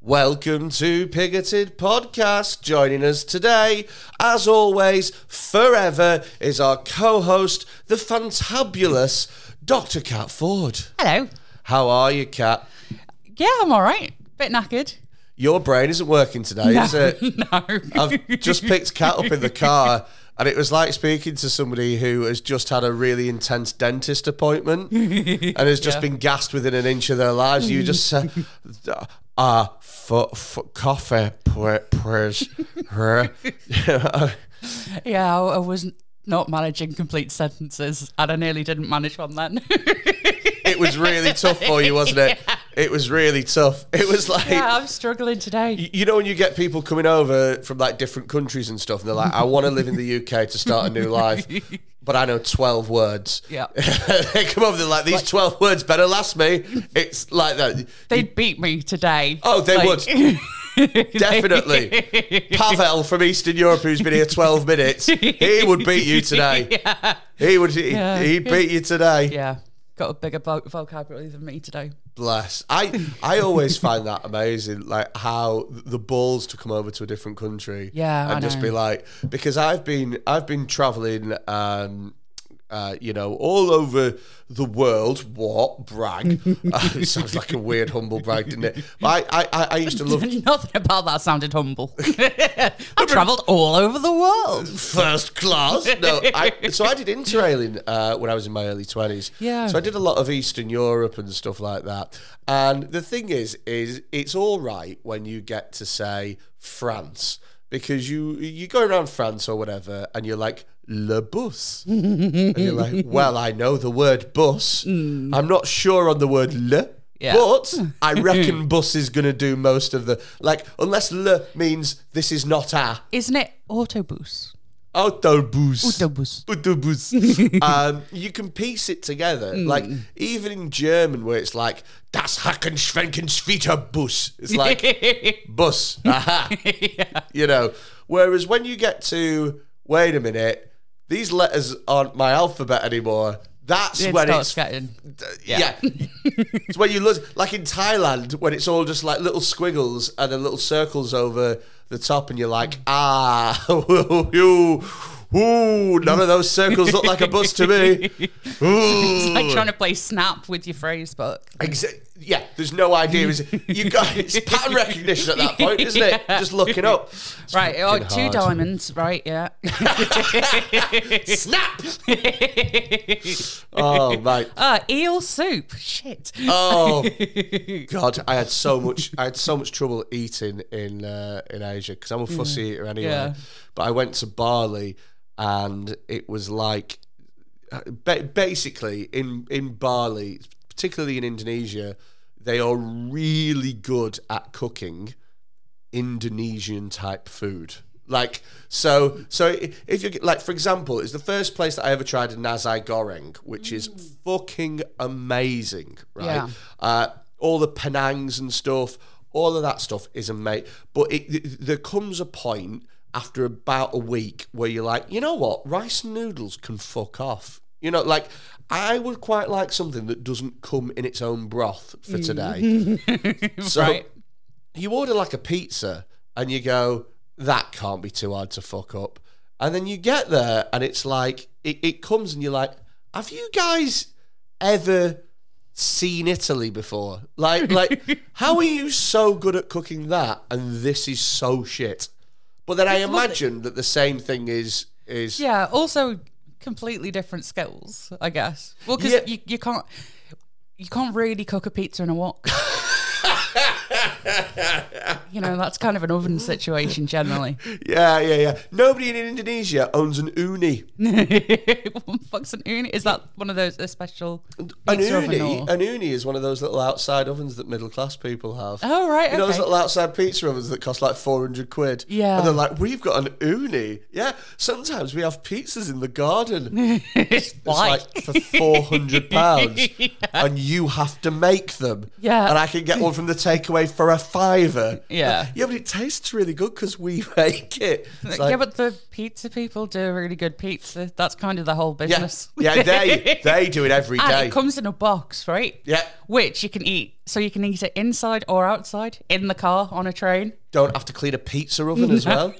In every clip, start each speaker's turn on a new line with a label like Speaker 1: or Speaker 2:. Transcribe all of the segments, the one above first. Speaker 1: Welcome to Pigoted Podcast. Joining us today, as always, forever, is our co host, the fantabulous Dr. Cat Ford.
Speaker 2: Hello.
Speaker 1: How are you, Cat?
Speaker 2: Yeah, I'm all right. Bit knackered.
Speaker 1: Your brain isn't working today, is it?
Speaker 2: no.
Speaker 1: I've just picked Cat up in the car, and it was like speaking to somebody who has just had a really intense dentist appointment and has just been gassed within an inch of their lives. You just say, ah, for, for coffee, pr- prayers. her."
Speaker 2: yeah, I, I was not managing complete sentences, and I nearly didn't manage one then.
Speaker 1: it was really tough for you, wasn't it? It was really tough. It was like.
Speaker 2: yeah, I'm struggling today.
Speaker 1: You know when you get people coming over from like different countries and stuff, and they're like, "I want to live in the UK to start a new life, but I know twelve words."
Speaker 2: Yeah.
Speaker 1: they come over, they're like, "These twelve words better last me." It's like that.
Speaker 2: They'd beat me today.
Speaker 1: Oh, they
Speaker 2: would.
Speaker 1: Definitely. Pavel from Eastern Europe, who's been here twelve minutes, he would beat you today. He would. He,
Speaker 2: Yeah.
Speaker 1: He'd beat you today.
Speaker 2: yeah, got a bigger vo- vocabulary than me today.
Speaker 1: Bless. I I always find that amazing, like how the balls to come over to a different country,
Speaker 2: Yeah,
Speaker 1: and
Speaker 2: I
Speaker 1: just
Speaker 2: know.
Speaker 1: be like, because I've been I've been traveling, um, uh, you know, all over the world. What brag? Uh, it sounds like a weird humble brag, didn't it? But I I, I, I used to love
Speaker 2: Nothing about that sounded humble. I've travelled all over the world.
Speaker 1: first class. No, I, so I did interrailing uh, when I was in my early twenties.
Speaker 2: Yeah.
Speaker 1: So I did a lot of Eastern Europe and stuff like that. And the thing is, is it's all right when you get to say France because you you go around France or whatever, and you're like le bus, and you're like, well, I know the word bus. I'm not sure on the word le.
Speaker 2: Yeah.
Speaker 1: But I reckon bus is going to do most of the like, unless le means this is not a
Speaker 2: Isn't it autobus?
Speaker 1: autobus.
Speaker 2: Autobus.
Speaker 1: Autobus. um, you can piece it together. Like, even in German, where it's like, das Hackenschwenkenschwieterbus. It's like, bus. Aha. You know, whereas when you get to, wait a minute, these letters aren't my alphabet anymore. That's
Speaker 2: It
Speaker 1: when it's
Speaker 2: starts getting.
Speaker 1: yeah. it's when you look like in Thailand when it's all just like little squiggles and then little circles over the top, and you're like, ah, ooh, ooh, none of those circles look like a bus to me. Ooh.
Speaker 2: Like trying to play snap with your phrase book.
Speaker 1: Exa- yeah, there's no idea. Is you got it's pattern recognition at that point, isn't it? Just looking up. It's
Speaker 2: Right, oh,
Speaker 1: fucking
Speaker 2: two
Speaker 1: hard.
Speaker 2: diamonds, right, yeah.
Speaker 1: Snap. oh mate.
Speaker 2: Uh, eel soup. Shit.
Speaker 1: Oh God, I had so much. I had so much trouble eating in uh, in Asia because I'm a fussy eater anyway.
Speaker 2: Yeah.
Speaker 1: But I went to Bali, and it was like, ba- basically in in Bali, particularly in Indonesia, they are really good at cooking Indonesian type food. Like so, so i- if you like, for example, it's the first place that I ever tried a Nazai goreng, which is fucking amazing, right?
Speaker 2: Yeah.
Speaker 1: Uh, all the Penangs and stuff, all of that stuff is amazing. But it, th- there comes a point after about a week where you're like, you know what, rice and noodles can fuck off. You know, like I would quite like something that doesn't come in its own broth for today. so
Speaker 2: Right.
Speaker 1: you order like a pizza and you go, that can't be too hard to fuck up. And then you get there and it's like, it, it comes and you're like, have you guys ever seen Italy before? Like, like, how are you so good at cooking that and this is so shit? But then I imagine that the same thing is is
Speaker 2: Yeah, also completely different skills, I guess. Well, because
Speaker 1: Yeah.
Speaker 2: you, you can't. You can't really cook a pizza in a wok. you know, that's kind of an oven situation generally.
Speaker 1: yeah yeah yeah. Nobody in Indonesia owns an uni.
Speaker 2: what the fuck's an uni? Is that one of those a special
Speaker 1: An
Speaker 2: pizza oven?
Speaker 1: uni, Uh,
Speaker 2: or-
Speaker 1: an uni is one of those little outside ovens that middle class people have.
Speaker 2: Oh, right,
Speaker 1: You know those
Speaker 2: okay.
Speaker 1: little outside pizza ovens that cost like four hundred quid.
Speaker 2: Yeah.
Speaker 1: and they're like, we've got an uni. Yeah, sometimes we have pizzas in the garden. It's
Speaker 2: Why?
Speaker 1: like for four hundred pounds, and you have to make them.
Speaker 2: Yeah.
Speaker 1: and I can get one from the takeaway for a fiver.
Speaker 2: Yeah. Yeah.
Speaker 1: yeah, but it tastes really good because we make it. It's like-
Speaker 2: yeah, but the pizza people do really good pizza. That's kind of the whole
Speaker 1: yeah,
Speaker 2: business.
Speaker 1: yeah, they they do it every
Speaker 2: and
Speaker 1: day.
Speaker 2: it comes in a box, right?
Speaker 1: yeah,
Speaker 2: Which you can eat. So you can eat it inside or outside, in the car, on a train.
Speaker 1: don't have to clean a pizza oven as well.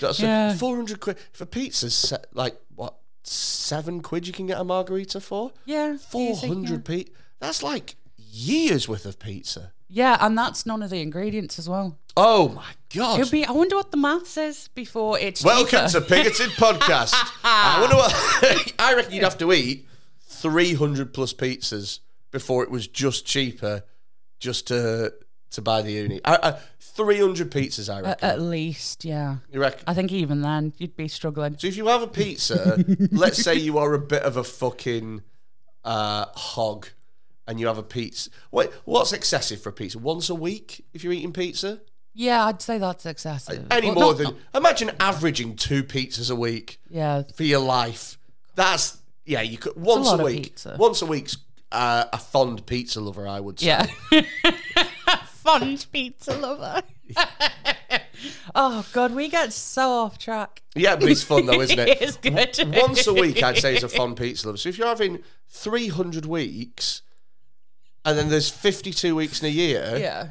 Speaker 1: That's
Speaker 2: Yeah.
Speaker 1: four hundred quid for pizzas. se- Like what? Seven quid you can get a margarita for.
Speaker 2: yeah.
Speaker 1: Four
Speaker 2: easy, yeah.
Speaker 1: hundred p. That's like years worth of pizza.
Speaker 2: Yeah, and that's none of the ingredients as well.
Speaker 1: Oh my god!
Speaker 2: It'd be. I wonder what the maths is before it's.
Speaker 1: Welcome to
Speaker 2: cheaper.
Speaker 1: Bigoted Podcast. I wonder what I reckon you'd have to eat three hundred plus pizzas before it was just cheaper just to to buy the uni. I, I, three hundred pizzas, I reckon.
Speaker 2: At least, yeah.
Speaker 1: you reckon?
Speaker 2: I think even then you'd be struggling.
Speaker 1: So if you have a pizza, let's say you are a bit of a fucking uh, hog, and you have a pizza. What what's excessive for a pizza? Once a week, if you're eating pizza,
Speaker 2: Yeah, I'd say that's excessive.
Speaker 1: any
Speaker 2: Well,
Speaker 1: more
Speaker 2: not-
Speaker 1: than
Speaker 2: not-
Speaker 1: imagine averaging two pizzas a week.
Speaker 2: yeah.
Speaker 1: for your life. That's yeah. You could once
Speaker 2: lot
Speaker 1: a
Speaker 2: of
Speaker 1: week.
Speaker 2: pizza.
Speaker 1: Once a week's uh, a fond pizza lover, I would say.
Speaker 2: Yeah. Fond pizza lover. oh God, we get so off track.
Speaker 1: Yeah, but it's fun though, isn't it?
Speaker 2: It's good.
Speaker 1: once a week, I'd say is a fond pizza lover. So if you're having 300 weeks, and then there's 52 weeks in a year,
Speaker 2: Yeah.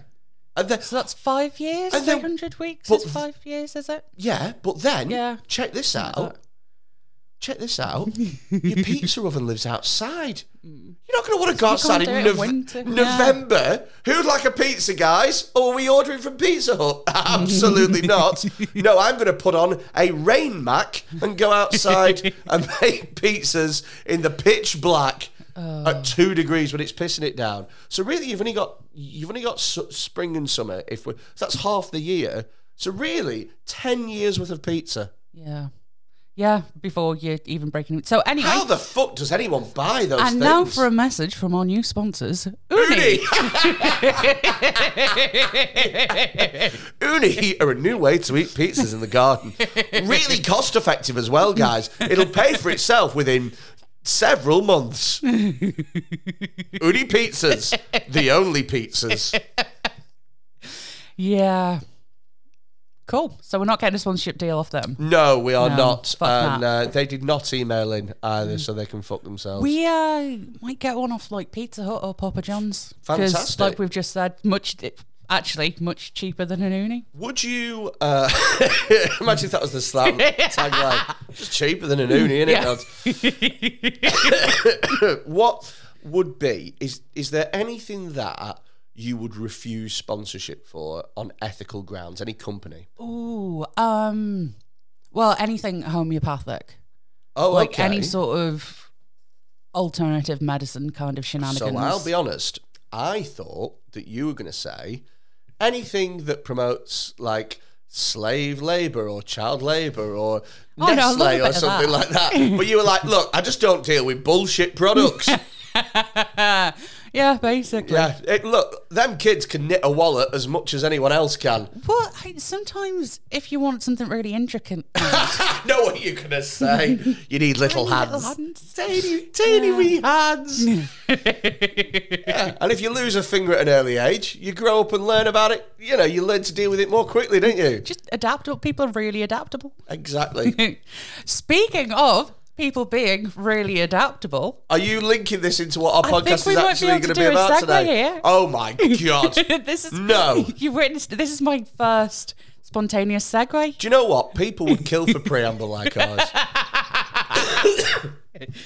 Speaker 1: and then,
Speaker 2: So that's five years.
Speaker 1: And then-
Speaker 2: Three hundred weeks
Speaker 1: but-
Speaker 2: is five years, is it?
Speaker 1: yeah, but then
Speaker 2: Yeah.
Speaker 1: check this out. Check this out. Your pizza oven lives outside. You're not going to want to go outside in
Speaker 2: can't do it in
Speaker 1: Nov-
Speaker 2: winter. Yeah.
Speaker 1: November. Who'd like a pizza, guys? Or are we ordering from Pizza Hut? Absolutely not. No, I'm going to put on a rain mac and go outside and make pizzas in the pitch black
Speaker 2: Oh.
Speaker 1: at two degrees when it's pissing it down. So really, you've only got you've only got su- spring and summer. If we so that's half the year. So really, ten years worth of pizza.
Speaker 2: Yeah. Yeah. Before you're even breaking. So anyway.
Speaker 1: How the fuck does anyone buy those
Speaker 2: and
Speaker 1: things?
Speaker 2: now for a message from our new sponsors, Uni.
Speaker 1: Uni. Uni are a new way to eat pizzas in the garden. Really cost effective as well, guys. It'll pay for itself within several months. Uni pizzas, the only pizzas.
Speaker 2: Yeah. Cool. So we're not getting a sponsorship deal off them.
Speaker 1: No, we are
Speaker 2: No,
Speaker 1: not.
Speaker 2: fuck
Speaker 1: And uh, they did not email in either, so they can fuck themselves.
Speaker 2: We uh, might get one off like Pizza Hut or Papa John's. 'Cause,
Speaker 1: Fantastic.
Speaker 2: like we've just said, much actually much cheaper than an uni.
Speaker 1: Would you uh, imagine if that was the slam tagline? Just cheaper than an uni, innit?
Speaker 2: Yeah.
Speaker 1: lads? what would be is is there anything that you would refuse sponsorship for on ethical grounds? Any company?
Speaker 2: Oh, Ooh. Um. Well, anything homeopathic,
Speaker 1: Oh,
Speaker 2: like
Speaker 1: okay.
Speaker 2: any sort of alternative medicine kind of shenanigans.
Speaker 1: so I'll be honest. I thought that you were going to say anything that promotes like slave labor or child labor or
Speaker 2: Oh, no, I love a
Speaker 1: Nestle
Speaker 2: bit
Speaker 1: or
Speaker 2: of
Speaker 1: something
Speaker 2: that.
Speaker 1: like that. But you were like, look, I just don't deal with bullshit products.
Speaker 2: yeah, basically.
Speaker 1: yeah, it, look, them kids can knit a wallet as much as anyone else can.
Speaker 2: But I, sometimes, if you want something really intricate,
Speaker 1: I know what you're gonna say. You need little
Speaker 2: Tiny
Speaker 1: hands.
Speaker 2: little hands.
Speaker 1: Tiny, tiny wee hands. Yeah, And if you lose a finger at an early age, you grow up and learn about it. You know, you learn to deal with it more quickly, don't you?
Speaker 2: just adaptable. People are really adaptable.
Speaker 1: Exactly.
Speaker 2: Speaking of people being really adaptable,
Speaker 1: Are you linking this into what our
Speaker 2: I think
Speaker 1: podcast
Speaker 2: we
Speaker 1: is
Speaker 2: might be
Speaker 1: actually
Speaker 2: able
Speaker 1: going
Speaker 2: to
Speaker 1: to
Speaker 2: do
Speaker 1: be
Speaker 2: a
Speaker 1: about
Speaker 2: segue
Speaker 1: today?
Speaker 2: here.
Speaker 1: Oh my god! Do
Speaker 2: this is
Speaker 1: No.
Speaker 2: You witnessed this is my first spontaneous segue.
Speaker 1: you know what? People would kill for preamble like ours.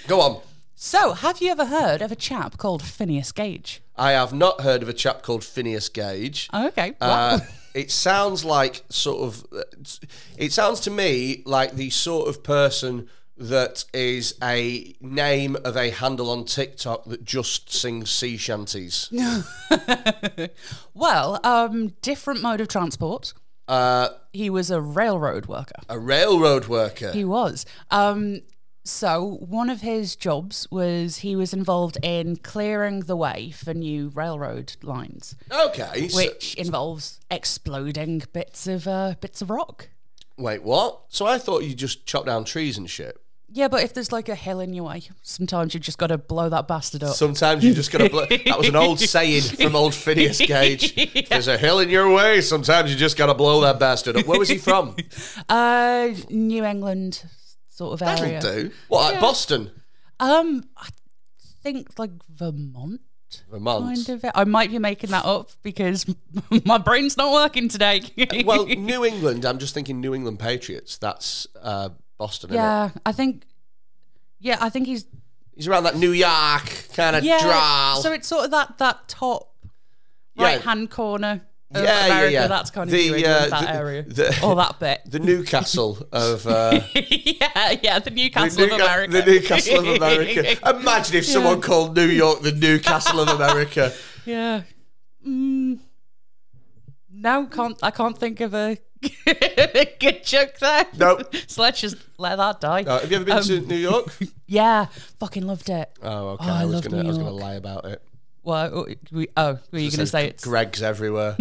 Speaker 1: Go on.
Speaker 2: So, have you ever heard of a chap called Phineas Gage?
Speaker 1: I have not heard of a chap called Phineas Gage.
Speaker 2: Okay, Oh, wow.
Speaker 1: Uh, it sounds like sort of. It sounds to me like the sort of person that is a name of a handle on TikTok that just sings sea shanties.
Speaker 2: well, um, different mode of transport.
Speaker 1: Uh,
Speaker 2: He was a railroad worker.
Speaker 1: a railroad worker.
Speaker 2: He was. Um, so one of his jobs was he was involved in clearing the way for new railroad lines.
Speaker 1: Okay. so-
Speaker 2: which involves exploding bits of uh, bits of rock.
Speaker 1: wait, what? So I thought you just chop down trees and shit.
Speaker 2: Yeah, but if there's like a hell in your way, sometimes you just got to blow that bastard up.
Speaker 1: Sometimes you just gotta blow. That was an old saying from old Phineas Gage. If There's a hill in your way. Sometimes you just gotta blow that bastard up. Where was he from?
Speaker 2: uh, New England sort of
Speaker 1: That'll
Speaker 2: area.
Speaker 1: do. What? Like Boston,
Speaker 2: Um, I think like Vermont.
Speaker 1: Vermont.
Speaker 2: Kind of it. I might be making that up because my brain's not working today.
Speaker 1: Uh, Well, New England. I'm just thinking New England Patriots. That's uh, Boston. Isn't it?
Speaker 2: yeah, I think. Yeah, I think he's
Speaker 1: He's around that New York kind of
Speaker 2: yeah.
Speaker 1: drawl.
Speaker 2: So it's sort of that that top
Speaker 1: Yeah.
Speaker 2: right hand corner
Speaker 1: Yeah,
Speaker 2: of
Speaker 1: yeah,
Speaker 2: America.
Speaker 1: yeah.
Speaker 2: That's kind of
Speaker 1: The,
Speaker 2: New
Speaker 1: uh,
Speaker 2: England, that
Speaker 1: the-
Speaker 2: area
Speaker 1: the-
Speaker 2: or that bit.
Speaker 1: the Newcastle of. Uh,
Speaker 2: yeah, yeah, the Newcastle
Speaker 1: The,
Speaker 2: of
Speaker 1: Newca-
Speaker 2: America.
Speaker 1: the Newcastle of America. Imagine if someone called New York the Newcastle of America.
Speaker 2: yeah. Mm. No, can't I can't think of a good joke there.
Speaker 1: Nope.
Speaker 2: So let's just let that die.
Speaker 1: Uh, have you ever been to New York?
Speaker 2: Yeah, fucking loved it.
Speaker 1: Oh, okay.
Speaker 2: Um, Oh, I
Speaker 1: I, was
Speaker 2: love
Speaker 1: gonna,
Speaker 2: New
Speaker 1: I was gonna
Speaker 2: York.
Speaker 1: lie about it.
Speaker 2: Well, oh, we, oh, were you going to
Speaker 1: So
Speaker 2: say it's
Speaker 1: Greg's everywhere.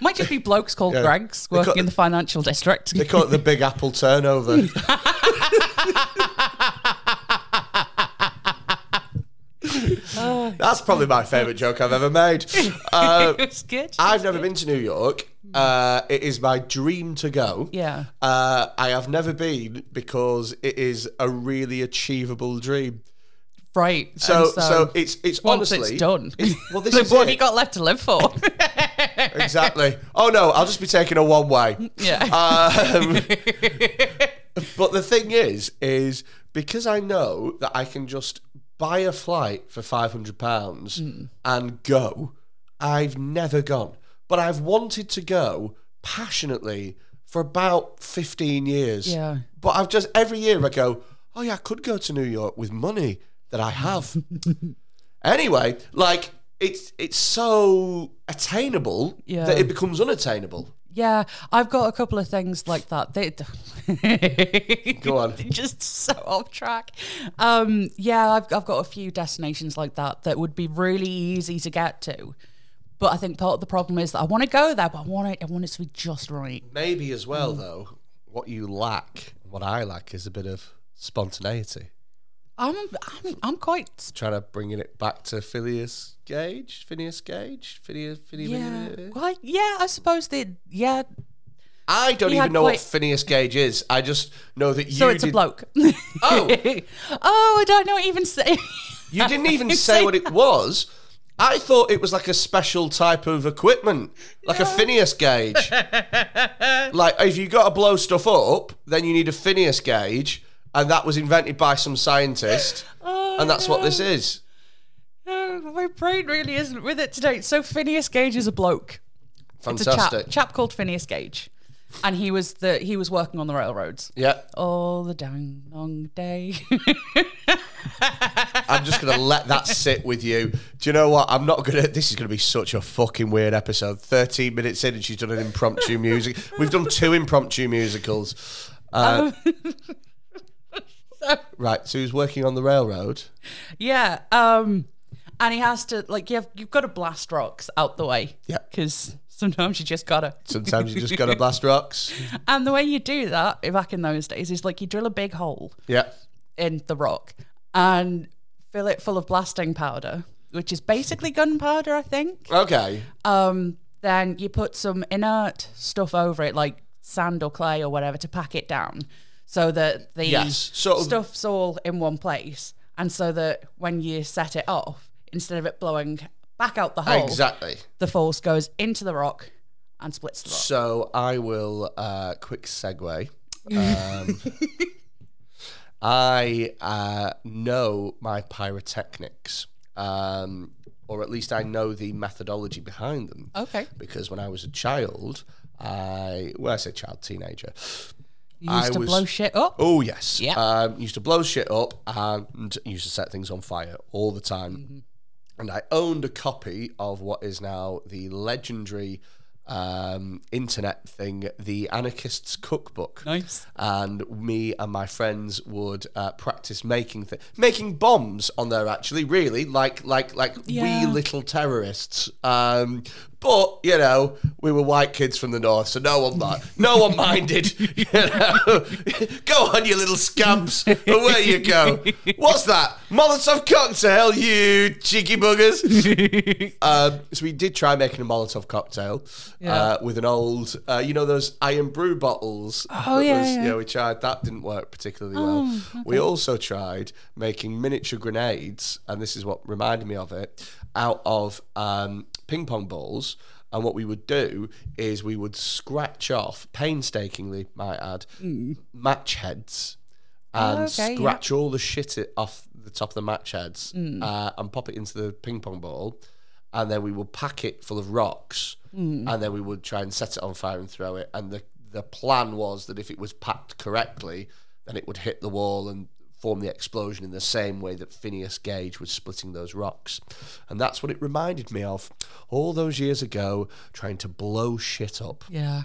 Speaker 2: Might just be blokes called Greg's working
Speaker 1: call-
Speaker 2: in the financial district.
Speaker 1: they call it the Big Apple turnover. That's probably my favourite joke I've ever made. Uh,
Speaker 2: it was good.
Speaker 1: I've never been to New York. Uh, it is my dream to go.
Speaker 2: yeah.
Speaker 1: Uh, I have never been because it is a really achievable dream.
Speaker 2: Right. and
Speaker 1: So, so, it's it's
Speaker 2: once
Speaker 1: honestly
Speaker 2: it's done,
Speaker 1: it's- well, this
Speaker 2: then
Speaker 1: is
Speaker 2: what
Speaker 1: it.
Speaker 2: have you got left to live for?
Speaker 1: exactly. Oh no, I'll just be taking a one way.
Speaker 2: yeah.
Speaker 1: Um, but the thing is, is because I know that I can just buy a flight for five hundred pounds
Speaker 2: Hmm.
Speaker 1: and go. I've never gone, but I've wanted to go passionately for about fifteen years.
Speaker 2: Yeah.
Speaker 1: But I've just every year I go, oh yeah, I could go to New York with money that I have. anyway, like it's it's so attainable
Speaker 2: Yeah.
Speaker 1: that it becomes unattainable.
Speaker 2: Yeah, I've got a couple of things like that. They
Speaker 1: Go on.
Speaker 2: They're just so off track. Um, yeah, I've I've got a few destinations like that that would be really easy to get to, but I think part of the problem is that I want to go there, but I want it I want it to be just right.
Speaker 1: Maybe as well,
Speaker 2: Mm.
Speaker 1: though, what you lack, what I lack, is a bit of spontaneity.
Speaker 2: I'm I'm, I'm quite
Speaker 1: Trying to bring it back to Phineas Gage, Phineas Gage, Phineas, Phineas.
Speaker 2: yeah quite yeah I suppose they yeah
Speaker 1: I don't
Speaker 2: He
Speaker 1: even
Speaker 2: had
Speaker 1: know what
Speaker 2: quite-
Speaker 1: Phineas Gage is. I just know that you.
Speaker 2: so it's
Speaker 1: did,
Speaker 2: a bloke.
Speaker 1: Oh.
Speaker 2: oh, I don't know what even say.
Speaker 1: You didn't even say what it was. I thought it was like a special type of equipment, like a Phineas gauge. like if you got to blow stuff up, then you need a Phineas gauge, and that was invented by some scientist, and that's what this is.
Speaker 2: Oh, my brain really isn't with it today. So Phineas Gage is a bloke. It's a
Speaker 1: Fantastic.
Speaker 2: chap, chap called Phineas Gage, and he was the he was working on the railroads
Speaker 1: Yeah,
Speaker 2: all the dang long day.
Speaker 1: I'm just gonna let that sit with you. Do you know what? I'm not gonna. This is gonna be such a fucking weird episode. 13 minutes in, and she's done an impromptu music. We've done two impromptu musicals. Uh,
Speaker 2: Um.
Speaker 1: right, so he's working on the railroad.
Speaker 2: yeah, um, and he has to like you have you've got to blast rocks out the way.
Speaker 1: Yeah.
Speaker 2: because sometimes you just gotta.
Speaker 1: Sometimes you just gotta blast rocks.
Speaker 2: And the way you do that back in those days is like you drill a big hole
Speaker 1: Yeah,
Speaker 2: in the rock and fill it full of blasting powder, which is basically gunpowder, I think.
Speaker 1: okay.
Speaker 2: um, then you put some inert stuff over it, like sand or clay or whatever, to pack it down, so that the
Speaker 1: Yes, sort of-
Speaker 2: stuff's all in one place, and so that when you set it off, instead of it blowing back out the hole,
Speaker 1: Exactly.
Speaker 2: the force goes into the rock and splits the rock.
Speaker 1: So I will uh, quick segue. Um, I uh, know my pyrotechnics, um, or at least I know the methodology behind them.
Speaker 2: Okay,
Speaker 1: Because when I was a child, I well, I say child, teenager.
Speaker 2: you
Speaker 1: I
Speaker 2: used to
Speaker 1: was-
Speaker 2: blow shit up.
Speaker 1: Oh yes,
Speaker 2: Yeah.
Speaker 1: Um, used to blow shit up and used to set things on fire all the time. And I owned a copy of what is now the legendary um, internet thing, the Anarchist's Cookbook.
Speaker 2: Nice.
Speaker 1: And me and my friends would uh, practice making thi- making bombs on there. Actually, really, like like like
Speaker 2: Yeah.
Speaker 1: we little terrorists. Um, But you know, we were white kids from the north, so no one mind, no one minded. You know, go on, you little scamps, away you go. What's that? Molotov cocktail, you cheeky buggers. um, so we did try making a Molotov cocktail uh,
Speaker 2: Yeah.
Speaker 1: with an old, uh, you know, those iron brew bottles.
Speaker 2: Oh,
Speaker 1: Ah, that
Speaker 2: yeah,
Speaker 1: was-
Speaker 2: yeah. Oh,
Speaker 1: we tried that didn't work particularly well. We also tried making miniature grenades, and this is what reminded me of it, out of um, ping pong balls. And what we would do is we would scratch off, painstakingly, might add,
Speaker 2: Mm.
Speaker 1: match heads and
Speaker 2: Oh, okay, yeah.
Speaker 1: scratch all the shit i- off the top of the match heads
Speaker 2: Hmm.
Speaker 1: uh, and pop it into the ping pong ball. And then we would pack it full of rocks
Speaker 2: Hmm.
Speaker 1: and then we would try and set it on fire and throw it. And the, the plan was that if it was packed correctly, then it would hit the wall and form the explosion in the same way that Phineas Gage was splitting those rocks. And that's what it reminded me of all those years ago trying to blow shit up.
Speaker 2: Yeah,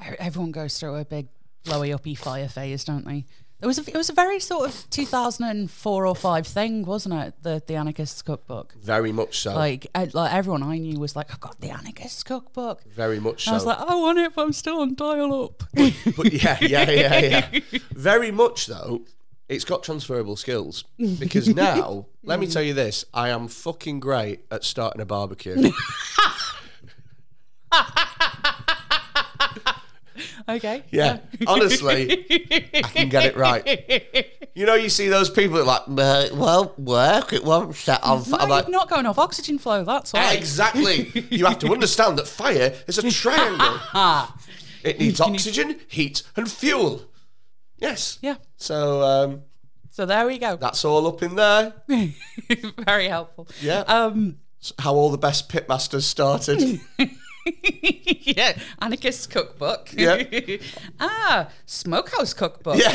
Speaker 2: E- everyone goes through a big blowy uppy fire phase, don't they? It was a, it was a very sort of 2004 or five thing, wasn't it? The the anarchists cookbook.
Speaker 1: Very much so.
Speaker 2: Like, I, like everyone I knew was like, I've got the anarchists cookbook.
Speaker 1: very much so.
Speaker 2: I was like, I want it, but I'm still on dial up.
Speaker 1: but yeah, yeah, yeah, yeah. Very much though, it's got transferable skills because now, let me tell you this: I am fucking great at starting a barbecue.
Speaker 2: okay.
Speaker 1: Yeah, honestly, I can get it right. You know, you see those people that are like, "Well, it won't work. It won't set on fire.
Speaker 2: No,
Speaker 1: I'm like,
Speaker 2: you're not going off oxygen flow. That's why.
Speaker 1: exactly. You have to understand that fire is a triangle. It needs oxygen, heat, and fuel. Yes.
Speaker 2: Yeah.
Speaker 1: So um,
Speaker 2: So there we go.
Speaker 1: that's all up in there.
Speaker 2: Very helpful.
Speaker 1: Yeah.
Speaker 2: Um.
Speaker 1: how all the best pitmasters started.
Speaker 2: Yeah. Anarchist cookbook.
Speaker 1: Yeah.
Speaker 2: ah, smokehouse cookbook.
Speaker 1: yeah.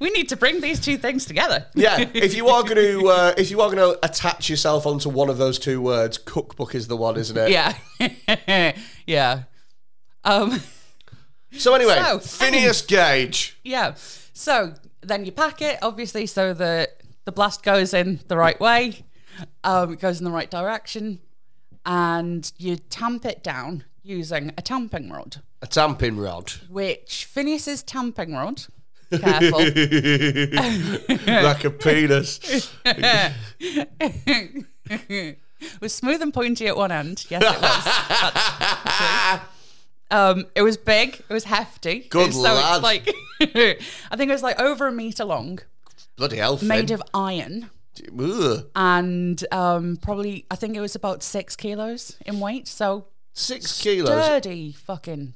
Speaker 2: We need to bring these two things together.
Speaker 1: Yeah, if you are going to uh, if you are going to attach yourself onto one of those two words, cookbook is the one, isn't it?
Speaker 2: Yeah. yeah. Um.
Speaker 1: So anyway,
Speaker 2: So- um,
Speaker 1: Phineas Gage.
Speaker 2: Yeah. So then you pack it, obviously, so the the blast goes in the right way, um, it goes in the right direction, and you tamp it down using a tamping rod,
Speaker 1: A tamping rod.
Speaker 2: which Phineas's tamping rod. Careful.
Speaker 1: like a penis.
Speaker 2: was smooth and pointy at one end. Yes, it was. That's- um, it was big. It was hefty.
Speaker 1: Good
Speaker 2: so
Speaker 1: lad.
Speaker 2: It's like I think it was like over a meter long,
Speaker 1: Bloody hell, Finn.
Speaker 2: made of iron.
Speaker 1: Ugh.
Speaker 2: and um, probably I think it was about six kilos in weight. So
Speaker 1: Six kilos.
Speaker 2: dirty fucking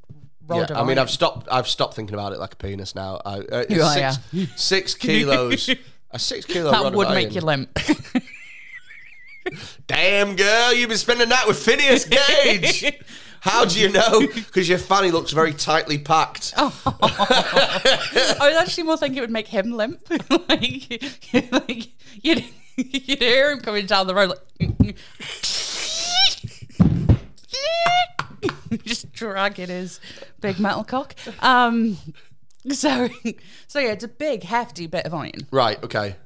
Speaker 1: Yeah,
Speaker 2: rod of
Speaker 1: I mean,
Speaker 2: iron.
Speaker 1: I've stopped. I've stopped thinking about it like a penis now. I, uh, it's
Speaker 2: are,
Speaker 1: six, six kilos. A six kilo rod
Speaker 2: that
Speaker 1: of
Speaker 2: would make
Speaker 1: iron.
Speaker 2: you limp.
Speaker 1: Damn, girl, you've been spending that with Phineas Gage. How do you know? Because your fanny looks very tightly packed.
Speaker 2: Oh. I was actually more thinking it would make him limp. like, like you'd, you'd hear him coming down the road, like just dragging his big metal cock. Um, so, so yeah, it's a big, hefty bit of iron.
Speaker 1: Right. Okay.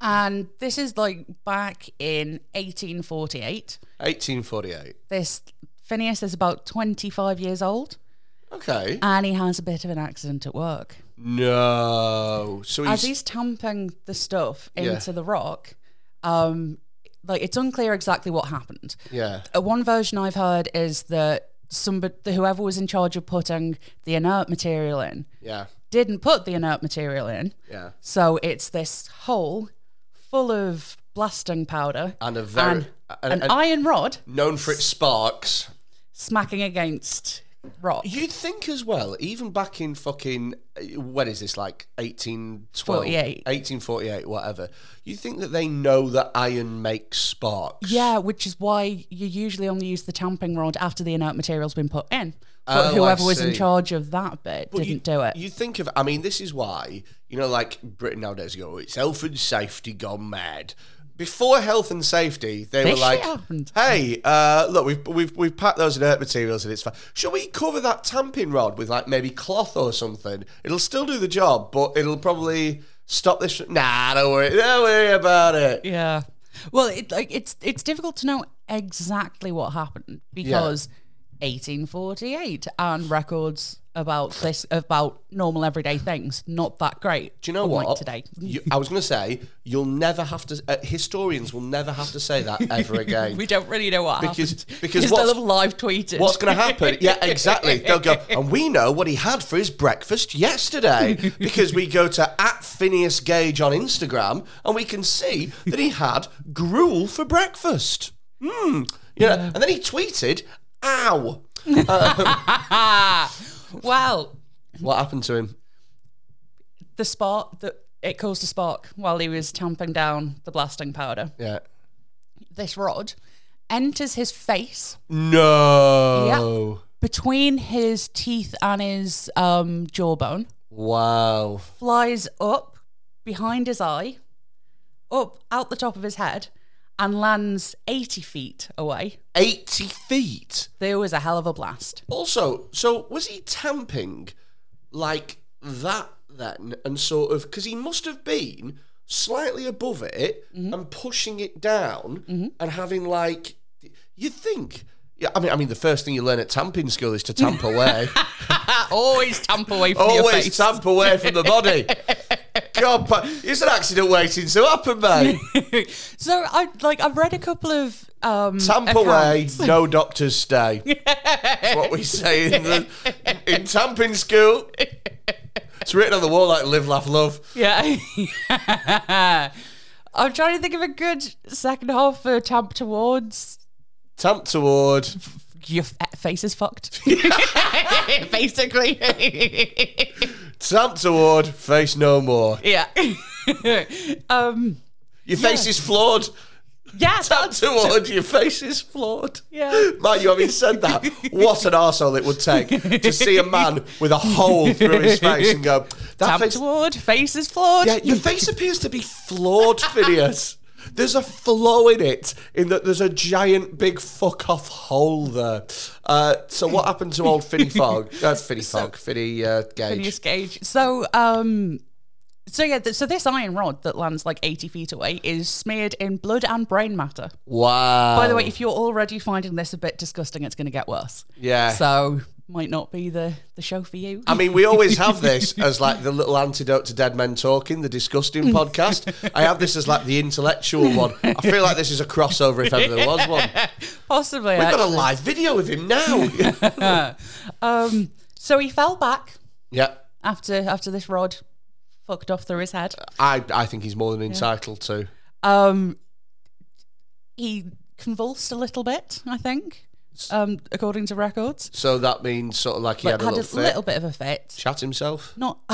Speaker 2: And this is like back in 1848.
Speaker 1: 1848.
Speaker 2: This Phineas is about 25 years old
Speaker 1: Okay.
Speaker 2: and he has a bit of an accident at work.
Speaker 1: No. So
Speaker 2: As
Speaker 1: he's,
Speaker 2: he's tamping the stuff
Speaker 1: Yeah.
Speaker 2: into the rock, um, like it's unclear exactly what happened.
Speaker 1: yeah.
Speaker 2: Uh, One version I've heard is that somebody, whoever was in charge of putting the inert material in,
Speaker 1: Yeah.
Speaker 2: didn't put the inert material in.
Speaker 1: Yeah.
Speaker 2: So it's this hole full of blasting powder
Speaker 1: And a very and,
Speaker 2: an
Speaker 1: and
Speaker 2: iron rod
Speaker 1: known for its sparks.
Speaker 2: smacking against rock.
Speaker 1: You'd think as well, even back in fucking uh, when is this like 1812,
Speaker 2: 48.
Speaker 1: 1848, whatever. You think that they know that iron makes sparks?
Speaker 2: Yeah, which is why you usually only use the tamping rod after the inert material's been put in.
Speaker 1: Oh, I
Speaker 2: But whoever was in
Speaker 1: see.
Speaker 2: charge of that bit
Speaker 1: you-
Speaker 2: didn't do it.
Speaker 1: You think of, I mean, this is why, you know, like Britain nowadays go, it's health and safety gone mad. Before health and safety, they
Speaker 2: This
Speaker 1: were
Speaker 2: shit
Speaker 1: like,
Speaker 2: happened.
Speaker 1: "Hey, uh, look, we've we've we've packed those inert materials and it's fine. Shall we cover that tamping rod with like maybe cloth or something? It'll still do the job, but it'll probably stop this. Nah, don't worry, don't worry about it.
Speaker 2: yeah. Well, it, like it's it's difficult to know exactly what happened because 1848 and records about this about normal everyday things not that great.
Speaker 1: Do you know
Speaker 2: unlike
Speaker 1: what?
Speaker 2: Today,
Speaker 1: You- I was going to say you'll never have to. Uh, historians will never have to say that ever again.
Speaker 2: we don't really know what
Speaker 1: Because-
Speaker 2: happened
Speaker 1: because
Speaker 2: they'll
Speaker 1: what's-
Speaker 2: have live tweeted.
Speaker 1: What's going to happen? Yeah, exactly. They'll go, and we know what he had for his breakfast yesterday because we go to at Phineas Gage on Instagram and we can see that he had gruel for breakfast. Hmm. You know, and then he tweeted, "Ow."
Speaker 2: well,
Speaker 1: What happened to him?
Speaker 2: the spark that it caused a spark while he was tamping down the blasting powder.
Speaker 1: Yeah.
Speaker 2: This rod enters his face
Speaker 1: No.
Speaker 2: between his teeth and his um, jawbone,
Speaker 1: Wow.
Speaker 2: flies up behind his eye, up out the top of his head, and lands 80 feet away.
Speaker 1: 80 feet.
Speaker 2: There was a hell of a blast.
Speaker 1: Also, so was he tamping like that then, and sort of because he must have been slightly above it and pushing it down and having like you'd think. Yeah, I mean, I mean, the first thing you learn at tamping school is to tamp away.
Speaker 2: Always tamp away from your
Speaker 1: Always
Speaker 2: face.
Speaker 1: tamp away from the body. God, but it's an accident waiting to happen, mate.
Speaker 2: so I like I've read a couple of um
Speaker 1: Tamp away, no doctors stay. That's what we say in, the, in tamping school. It's written on the wall like live, laugh, love.
Speaker 2: Yeah. I'm trying to think of a good second half for Tamp Towards.
Speaker 1: Tamp toward.
Speaker 2: Your f- uh, face is fucked. Basically.
Speaker 1: Tamp toward, face no more.
Speaker 2: yeah. um,
Speaker 1: Your face is flawed.
Speaker 2: yeah.
Speaker 1: Tamp toward, your face is flawed.
Speaker 2: Yeah.
Speaker 1: Mate, you having said that, what an arsehole it would take to see a man with a hole through his face and go, that
Speaker 2: Tamp
Speaker 1: face
Speaker 2: Toward. Face is flawed.
Speaker 1: Yeah, your face appears to be flawed, Phineas. There's a flaw in it, in that there's a giant big fuck off hole there. Uh, so what happened to old Finny Fogg? Uh, Finny Fogg, Finny uh, Gage.
Speaker 2: Phineas Gage. So, um, so yeah, th- so this iron rod that lands like 80 feet away is smeared in blood and brain matter.
Speaker 1: Wow.
Speaker 2: By the way, if you're already finding this a bit disgusting, it's going to get worse.
Speaker 1: Yeah.
Speaker 2: So might not be the the show for you.
Speaker 1: I mean, we always have this as like the little antidote to Dead Men Talking, the disgusting podcast. I have this as like the intellectual one. I feel like this is a crossover if ever there was one.
Speaker 2: Possibly.
Speaker 1: I've got a
Speaker 2: actually.
Speaker 1: live video of him now.
Speaker 2: um, so he fell back
Speaker 1: yeah.
Speaker 2: after after this rod fucked off through his head.
Speaker 1: I, I think he's more than entitled to.
Speaker 2: Um, he convulsed a little bit, I think, um, according to records.
Speaker 1: So that means sort of like he
Speaker 2: But
Speaker 1: had a
Speaker 2: had
Speaker 1: little fit.
Speaker 2: little bit of a fit.
Speaker 1: Chat himself.
Speaker 2: Not.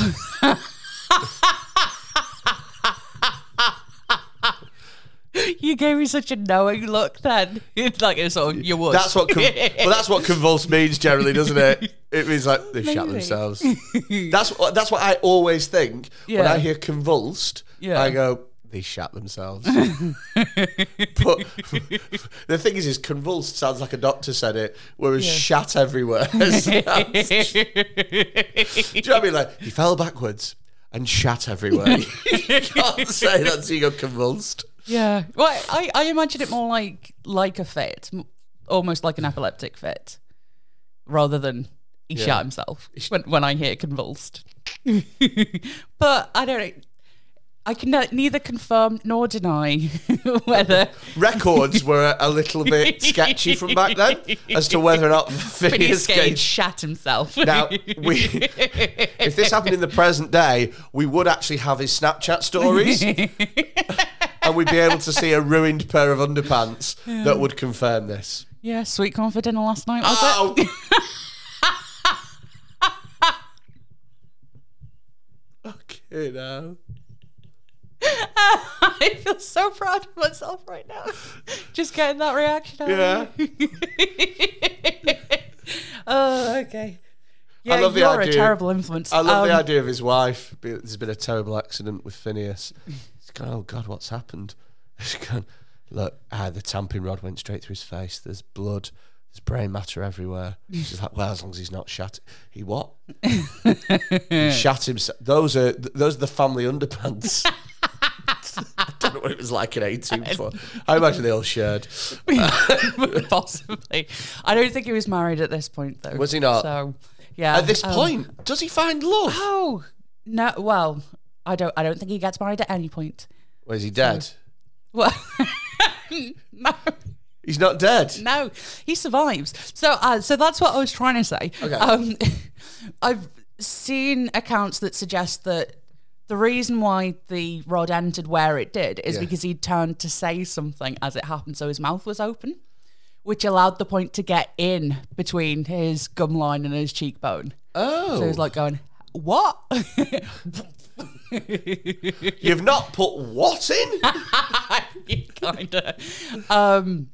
Speaker 2: you gave me such a knowing look then. It's like it's all you would.
Speaker 1: That's what. Con- well, that's what convulse means generally, doesn't it? It means like they shat
Speaker 2: Maybe.
Speaker 1: themselves. That's what. That's what I always think when
Speaker 2: Yeah.
Speaker 1: I hear convulsed.
Speaker 2: Yeah.
Speaker 1: I go. They shat themselves. but the thing is, is convulsed sounds like a doctor said it, whereas shat everywhere. sounds- Do you know what I mean? Like he fell backwards and shat everywhere. you can't say that so you go convulsed.
Speaker 2: yeah. Well, I, I imagine it more like like a fit, m- almost like an epileptic fit, rather than he shot himself when, when I hear convulsed. but I don't know. I can ne- neither confirm nor deny whether
Speaker 1: records were a, a little bit sketchy from back then as to whether or not Phineas
Speaker 2: Phineas Gage
Speaker 1: Gage.
Speaker 2: shat himself.
Speaker 1: Now, we, if this happened in the present day, we would actually have his Snapchat stories, and we'd be able to see a ruined pair of underpants that would confirm this.
Speaker 2: yeah, sweet corn for dinner last night. Was it?
Speaker 1: Oh. Oh. okay, now.
Speaker 2: I feel so proud of myself right now. Just getting that reaction. Out
Speaker 1: Yeah.
Speaker 2: Of me. oh, okay. Yeah,
Speaker 1: love the
Speaker 2: you're
Speaker 1: idea.
Speaker 2: a terrible influence.
Speaker 1: I love the
Speaker 2: Um,
Speaker 1: idea of his wife. be- There's been a terrible accident with Phineas. He's gone, oh God, what's happened? He's gone, look, ah, the tamping rod went straight through his face. There's blood. There's brain matter everywhere. She's like, well, as long as he's not shat. He what? he shat himself. Those are th- those are the family underpants. I don't know what it was like in 18. I imagine they all shared.
Speaker 2: Um, Possibly. I don't think he was married at this point, though.
Speaker 1: Was he not?
Speaker 2: So, yeah.
Speaker 1: At this
Speaker 2: um,
Speaker 1: point, does he find love?
Speaker 2: Oh no! Well, I don't. I don't think he gets married at any point.
Speaker 1: Or is he dead?
Speaker 2: Well, no,
Speaker 1: He's not dead.
Speaker 2: no, he survives. So, uh, so that's what I was trying to say.
Speaker 1: Okay.
Speaker 2: Um, I've seen accounts that suggest that the reason why the rod ended where it did is
Speaker 1: Yeah.
Speaker 2: because he turned to say something as it happened, so his mouth was open, which allowed the point to get in between his gum line and his cheekbone.
Speaker 1: Oh.
Speaker 2: So he was like going, "What?"
Speaker 1: You've not put what in?
Speaker 2: kind of. Um,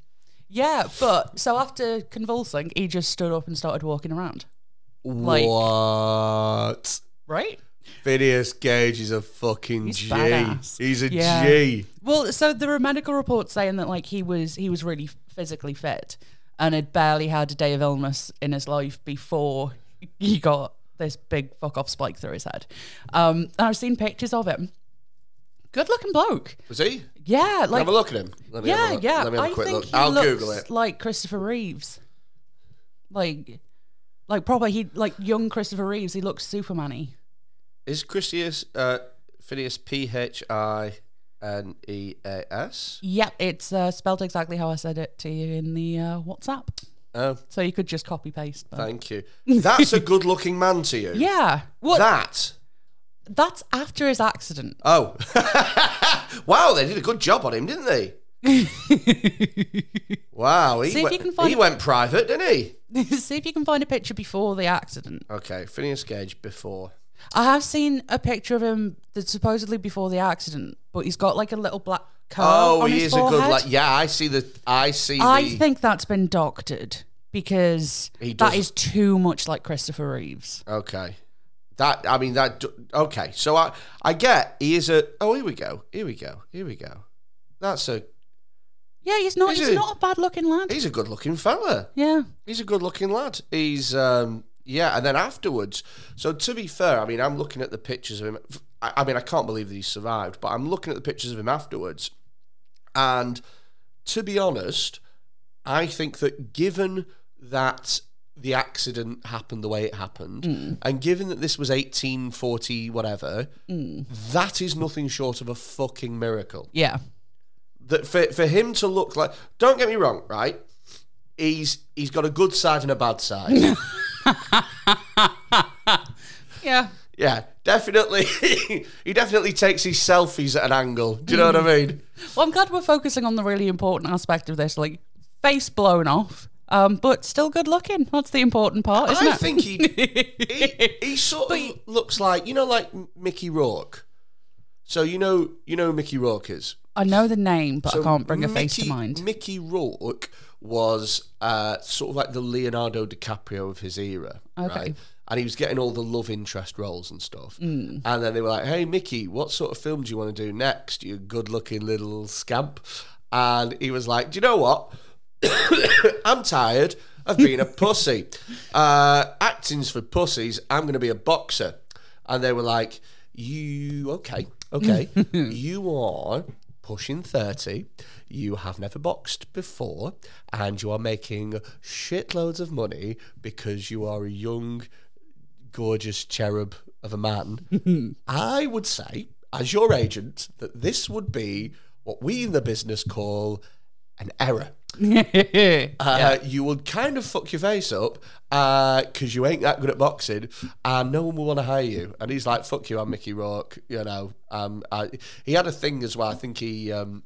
Speaker 2: yeah, but so after convulsing, he just stood up and started walking around. Like-
Speaker 1: what?
Speaker 2: Right.
Speaker 1: Phineas Gage is a fucking G.
Speaker 2: badass.
Speaker 1: He's a G.
Speaker 2: Yeah. Well, so there were medical reports saying that like he was he was really physically fit and had barely had a day of illness in his life before he got this big fuck off spike through his head. Um, and I've seen pictures of him. Good looking bloke.
Speaker 1: Was he?
Speaker 2: Yeah, like
Speaker 1: have a look at him. Let me have a
Speaker 2: yeah,
Speaker 1: look.
Speaker 2: yeah.
Speaker 1: Let me have a
Speaker 2: I
Speaker 1: quick
Speaker 2: think
Speaker 1: look.
Speaker 2: he
Speaker 1: I'll
Speaker 2: looks
Speaker 1: Google it.
Speaker 2: Like Christopher Reeves, like, like proper. He like young Christopher Reeves. He looks Superman-y.
Speaker 1: Is Christius uh, Phineas P H I N E A S?
Speaker 2: Yep, it's uh, spelled exactly how I said it to you in the uh, WhatsApp.
Speaker 1: Oh,
Speaker 2: So you could just copy paste. But.
Speaker 1: thank you. That's a good looking man to you.
Speaker 2: Yeah, what?
Speaker 1: That.
Speaker 2: That's after his accident.
Speaker 1: Oh. wow, they did a good job on him, didn't they? wow. He,
Speaker 2: See if
Speaker 1: went,
Speaker 2: you can find-
Speaker 1: he went private, didn't he?
Speaker 2: See if you can find a picture before the accident.
Speaker 1: Okay, Phineas Gage before.
Speaker 2: I have seen a picture of him that's supposedly before the accident, but he's got like a little black curl.
Speaker 1: Oh,
Speaker 2: on
Speaker 1: he
Speaker 2: his
Speaker 1: is a good
Speaker 2: forehead.
Speaker 1: like yeah, I see the I see
Speaker 2: I
Speaker 1: the
Speaker 2: think that's been doctored because
Speaker 1: He
Speaker 2: that
Speaker 1: doesn't-
Speaker 2: is too much like Christopher Reeves.
Speaker 1: Okay. That I mean that do- okay. So I I get he is a oh here we go. Here we go. Here we go. That's a
Speaker 2: Yeah, he's not.
Speaker 1: Is
Speaker 2: he's
Speaker 1: he?
Speaker 2: not a bad looking lad.
Speaker 1: he's a good looking fella.
Speaker 2: yeah,
Speaker 1: He's a good looking lad. He's um yeah, and then afterwards. So to be fair, I mean I'm looking at the pictures of him. I, I mean I can't believe that he survived, but I'm looking at the pictures of him afterwards. And to be honest, I think that given that the accident happened the way it happened, and given that this was 1840 whatever, that is nothing short of a fucking miracle
Speaker 2: yeah,
Speaker 1: that for, for him to look like don't get me wrong right he's he's got a good side and a bad side
Speaker 2: yeah.
Speaker 1: yeah definitely he definitely takes his selfies at an angle do you know what i mean
Speaker 2: Well, I'm glad we're focusing on the really important aspect of this, like face blown off, um, but still good looking. That's the important part, isn't
Speaker 1: i
Speaker 2: it?
Speaker 1: think he he, he sort of looks like you know like mickey rourke so you know you know who mickey rourke is
Speaker 2: I know the name, but I can't bring a face to
Speaker 1: Mickey-
Speaker 2: mind.
Speaker 1: mickey rourke was uh, sort of like the leonardo dicaprio of his era right and he was getting all the love interest roles and stuff.
Speaker 2: Mm.
Speaker 1: And then they were like, "Hey, Mickey, what sort of film do you want to do next? You good-looking little scamp." And he was like, "Do you know what? I'm tired of being a pussy. Uh, acting's for pussies. I'm going to be a boxer." And they were like, "You okay? Okay, you are." Pushing 30, you have never boxed before, and you are making shitloads of money because you are a young, gorgeous cherub of a man, I would say, as your agent, that this would be what we in the business call an error. Uh, You would kind of fuck your face up because you ain't that good at boxing, and no one will want to hire you. And he's like, "Fuck you, I'm Mickey Rourke." You know, um, I, he had a thing as well. I think he. Um,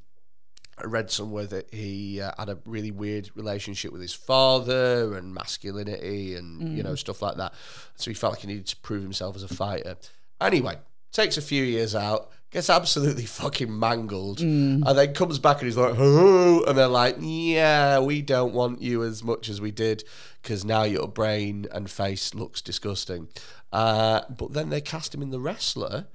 Speaker 1: I read somewhere that he uh, had a really weird relationship with his father and masculinity and you know stuff like that. So he felt like he needed to prove himself as a fighter. Anyway, takes a few years out, gets absolutely fucking mangled, and then comes back and he's like, "Hello," and they're like, "Yeah, we don't want you as much as we did because now your brain and face looks disgusting." Uh, but then they cast him in The Wrestler,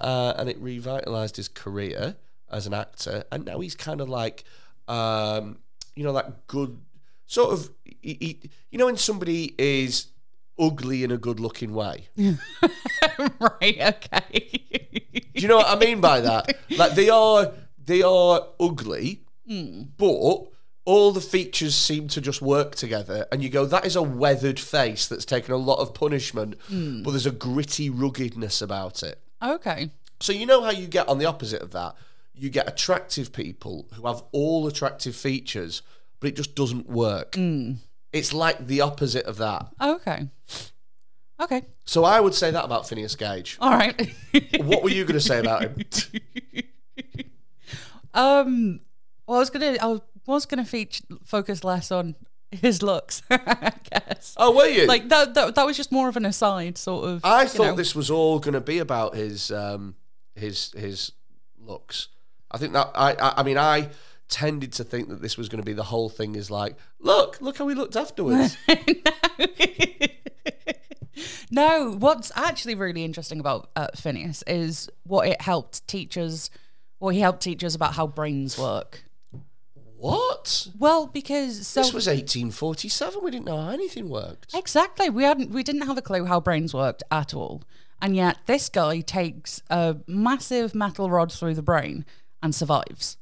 Speaker 1: uh, and it revitalized his career as an actor, and now he's kind of like, um, you know, that good sort of, he, he, you know, when somebody is ugly in a good looking way.
Speaker 2: right, okay.
Speaker 1: Do you know what I mean by that? Like they are they are ugly, but all the features seem to just work together and you go that is a weathered face that's taken a lot of punishment but there's a gritty ruggedness about it
Speaker 2: okay.
Speaker 1: so you know how you get on the opposite of that you get attractive people who have all attractive features but it just doesn't work
Speaker 2: Hmm.
Speaker 1: it's like the opposite of that
Speaker 2: Okay. Okay.
Speaker 1: so i would say that about phineas gage
Speaker 2: All right.
Speaker 1: what were you going to say about him
Speaker 2: um well, I was going to I was going to feature focus less on his looks, I guess.
Speaker 1: oh were you
Speaker 2: Like that, that that was just more of an aside sort of.
Speaker 1: I
Speaker 2: you
Speaker 1: thought
Speaker 2: know.
Speaker 1: this was all going to be about his um, his his looks. I think that I, I I mean I tended to think that this was going to be the whole thing is like look look how he looked afterwards.
Speaker 2: no, what's actually really interesting about uh, Phineas is what it helped teachers, what he helped teachers about how brains work.
Speaker 1: what?
Speaker 2: Well, because so
Speaker 1: This was 1847. We didn't know how anything worked.
Speaker 2: exactly we hadn't we didn't have a clue how brains worked at all, and yet this guy takes a massive metal rod through the brain and survives.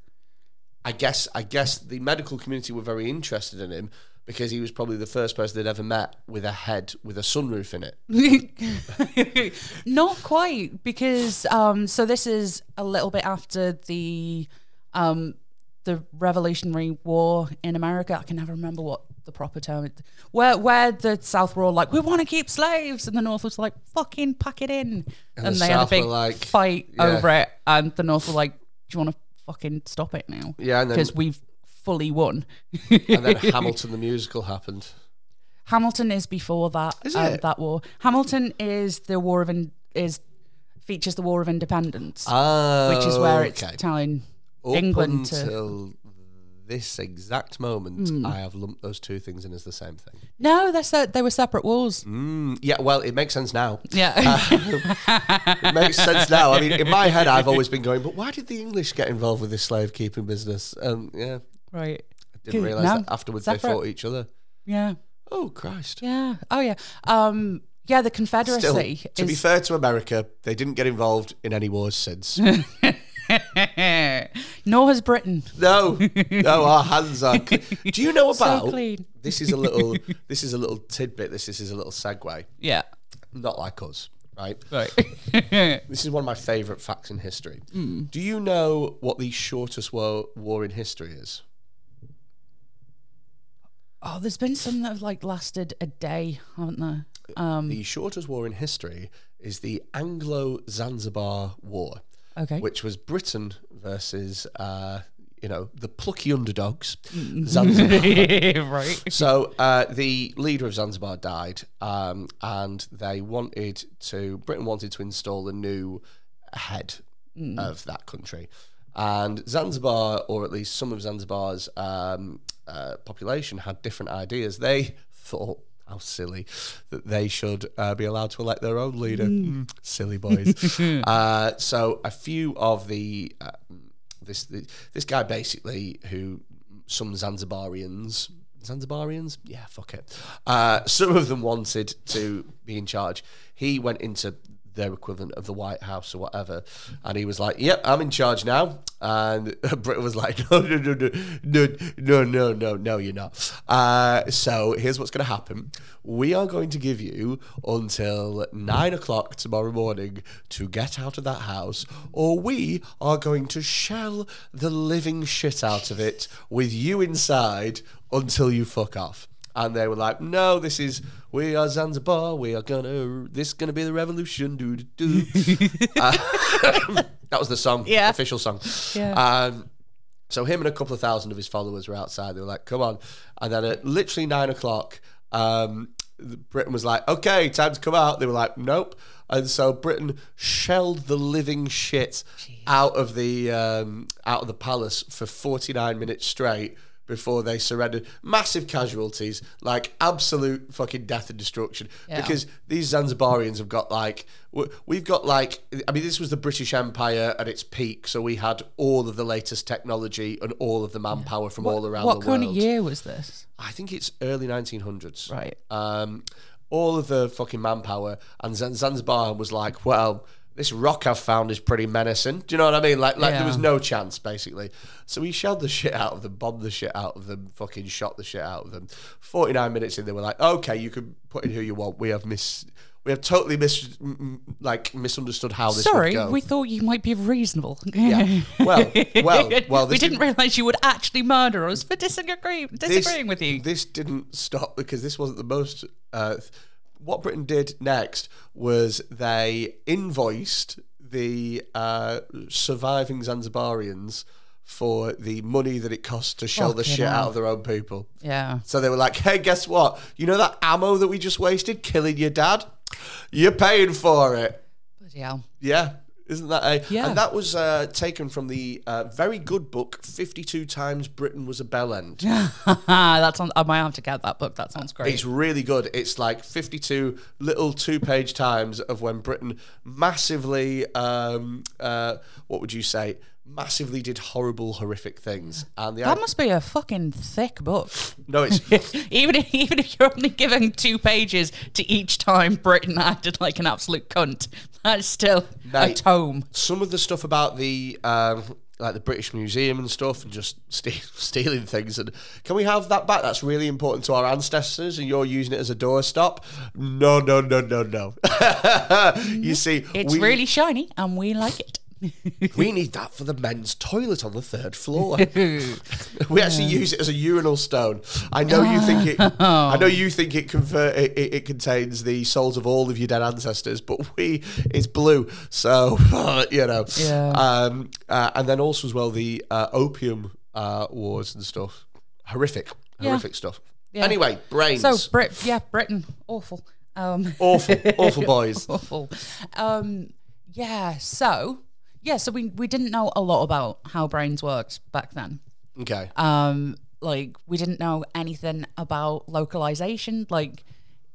Speaker 1: I guess I guess the medical community were very interested in him because he was probably the first person they'd ever met with a head with a sunroof in it.
Speaker 2: Not quite, because um, so this is a little bit after the um, the Revolutionary War in America. I can never remember what the proper term. It, where where the South were all like, we want to keep slaves, and the North was like, fucking pack it in, and,
Speaker 1: the
Speaker 2: they had a
Speaker 1: South were
Speaker 2: big
Speaker 1: like,
Speaker 2: fight
Speaker 1: yeah.
Speaker 2: over it, and the North were like, do you want to fucking stop it now?
Speaker 1: Yeah, and then-
Speaker 2: because we've fully won.
Speaker 1: And then Hamilton the musical happened.
Speaker 2: Hamilton is before that um,
Speaker 1: it?
Speaker 2: that war. Hamilton is the war of in, is features the war of independence,
Speaker 1: Oh,
Speaker 2: which is where it's
Speaker 1: okay.
Speaker 2: telling
Speaker 1: Up
Speaker 2: England to Hmm.
Speaker 1: until this exact moment, I have lumped those two things in as the same thing.
Speaker 2: no, they said they were separate wars.
Speaker 1: Mm, yeah, well, it makes sense now.
Speaker 2: Yeah,
Speaker 1: It makes sense now. I mean, in my head, I've always been going, but why did the English get involved with this slave keeping business? Um, yeah,
Speaker 2: right.
Speaker 1: didn't
Speaker 2: Good,
Speaker 1: realize
Speaker 2: Hmm, no,
Speaker 1: that afterwards they
Speaker 2: separate.
Speaker 1: fought each other.
Speaker 2: Yeah,
Speaker 1: Oh Christ!
Speaker 2: yeah. Oh yeah. Um, yeah. The
Speaker 1: Still,
Speaker 2: Confederacy
Speaker 1: to be
Speaker 2: is.
Speaker 1: fair to America, they didn't get involved in any wars since.
Speaker 2: Nor has Britain.
Speaker 1: No, no, our hands are. Clean. Do you know about?
Speaker 2: clean.
Speaker 1: This is a little. This is a little tidbit. This, this is a little segue.
Speaker 2: Yeah.
Speaker 1: Not like us, right?
Speaker 2: Right.
Speaker 1: This is one of my favourite facts in history.
Speaker 2: Hmm.
Speaker 1: Do you know what the shortest war, war in history is?
Speaker 2: oh, there's been some that have like lasted a day, haven't there? Um.
Speaker 1: The shortest war in history is the Anglo Zanzibar War,
Speaker 2: Okay.
Speaker 1: which was Britain versus, uh, you know, the plucky underdogs,
Speaker 2: Mm-hmm.
Speaker 1: Zanzibar.
Speaker 2: right.
Speaker 1: So uh, the leader of Zanzibar died, um, and they wanted to. Britain wanted to install a new head of that country, and Zanzibar, or at least some of Zanzibar's um, uh, population, had different ideas. They thought. How silly that they should uh, be allowed to elect their own leader. Mm, Silly boys. uh, so, a few of the uh, this this guy basically who some Zanzibarians Zanzibarians yeah fuck it uh, some of them wanted to be in charge he went into their equivalent of the White House or whatever and he was like yep I'm in charge now and Britain was like no no no no no no no no no you're not uh, so here's what's going to happen we are going to give you until nine o'clock tomorrow morning to get out of that house, or we are going to shell the living shit out of it with you inside until you fuck off. And they were like, "No, this is we are Zanzibar. We are gonna this is gonna be the revolution." Doo doo doo. Uh, that was the song,
Speaker 2: Yeah.
Speaker 1: official song.
Speaker 2: Yeah.
Speaker 1: Um, so him and a couple of thousand of his followers were outside. They were like, "Come on!" And then at literally nine o'clock, um, Britain was like, "Okay, time to come out." They were like, "Nope." And so Britain shelled the living shit out of the um, out of the palace for forty nine minutes straight before they surrendered. Massive casualties, like absolute fucking death and destruction.
Speaker 2: Yeah.
Speaker 1: Because these Zanzibarians have got like, w- we've got like, I mean, this was the British Empire at its peak, so we had all of the latest technology and all of the manpower from all around
Speaker 2: What
Speaker 1: the
Speaker 2: kind
Speaker 1: world.
Speaker 2: of year was this?
Speaker 1: I think it's early 1900s.
Speaker 2: Right.
Speaker 1: Um, all of the fucking manpower, and Zan- Zanzibar was like, well, this rock I've found is pretty menacing. Do you know what I mean? Like, like there was
Speaker 2: Yeah.
Speaker 1: no chance basically. So he shelled the shit out of them, bombed the shit out of them, fucking shot the shit out of them. Forty nine minutes in, they were like, okay, you can put in who you want. We have mis, we have totally mis, m- m- like misunderstood how this would
Speaker 2: Sorry,
Speaker 1: go.
Speaker 2: we thought you might be reasonable.
Speaker 1: yeah. Well, well, well.
Speaker 2: we
Speaker 1: this
Speaker 2: didn't realise you would actually murder us for disagree-
Speaker 1: this-
Speaker 2: disagreeing with you.
Speaker 1: This didn't stop because this wasn't the most. Uh, th- what Britain did next was they invoiced the uh, surviving Zanzibarians for the money that it cost to shell the
Speaker 2: Fucking
Speaker 1: shit out
Speaker 2: hell.
Speaker 1: of their own people.
Speaker 2: Yeah.
Speaker 1: So they were like, hey, guess what? You know that ammo that we just wasted killing your dad? You're paying for it.
Speaker 2: Bloody hell.
Speaker 1: Yeah. Isn't that a?
Speaker 2: Yeah.
Speaker 1: And that was uh, taken from the uh, very good book, 52 Times Britain Was a Bell End.
Speaker 2: that sounds, I might have to get that book. That sounds great.
Speaker 1: It's really good. It's like 52 little two page times of when Britain massively, um, uh, what would you say, massively did horrible, horrific things. And the
Speaker 2: that must be a fucking thick book.
Speaker 1: no, it's
Speaker 2: even if, even if you're only giving two pages to each time Britain acted like an absolute cunt, that's still a
Speaker 1: Mate.
Speaker 2: tome.
Speaker 1: some of the stuff about the um, like the British Museum and stuff, and just ste stealing things. And can we have that back? That's really important to our ancestors, and you're using it as a doorstop. No, no, no, no, no. you see,
Speaker 2: It's
Speaker 1: we-
Speaker 2: really shiny, and we like it.
Speaker 1: We need that for the men's toilet on the third floor. we actually use it as a urinal stone. I know you think it. I
Speaker 2: Oh.
Speaker 1: know you think it convert. It, it, it contains the souls of all of your dead ancestors, but we it's blue. So you know.
Speaker 2: Yeah.
Speaker 1: Um, uh, and then also as well the uh, opium uh, wars and stuff. Horrific,
Speaker 2: Yeah.
Speaker 1: horrific stuff.
Speaker 2: Yeah.
Speaker 1: Anyway, brains.
Speaker 2: So, Brit, yeah, Britain, awful. Um,
Speaker 1: awful, awful boys.
Speaker 2: awful. Um, yeah, so, yeah, so we, we didn't know a lot about how brains worked back then.
Speaker 1: Okay.
Speaker 2: um like we didn't know anything about localization like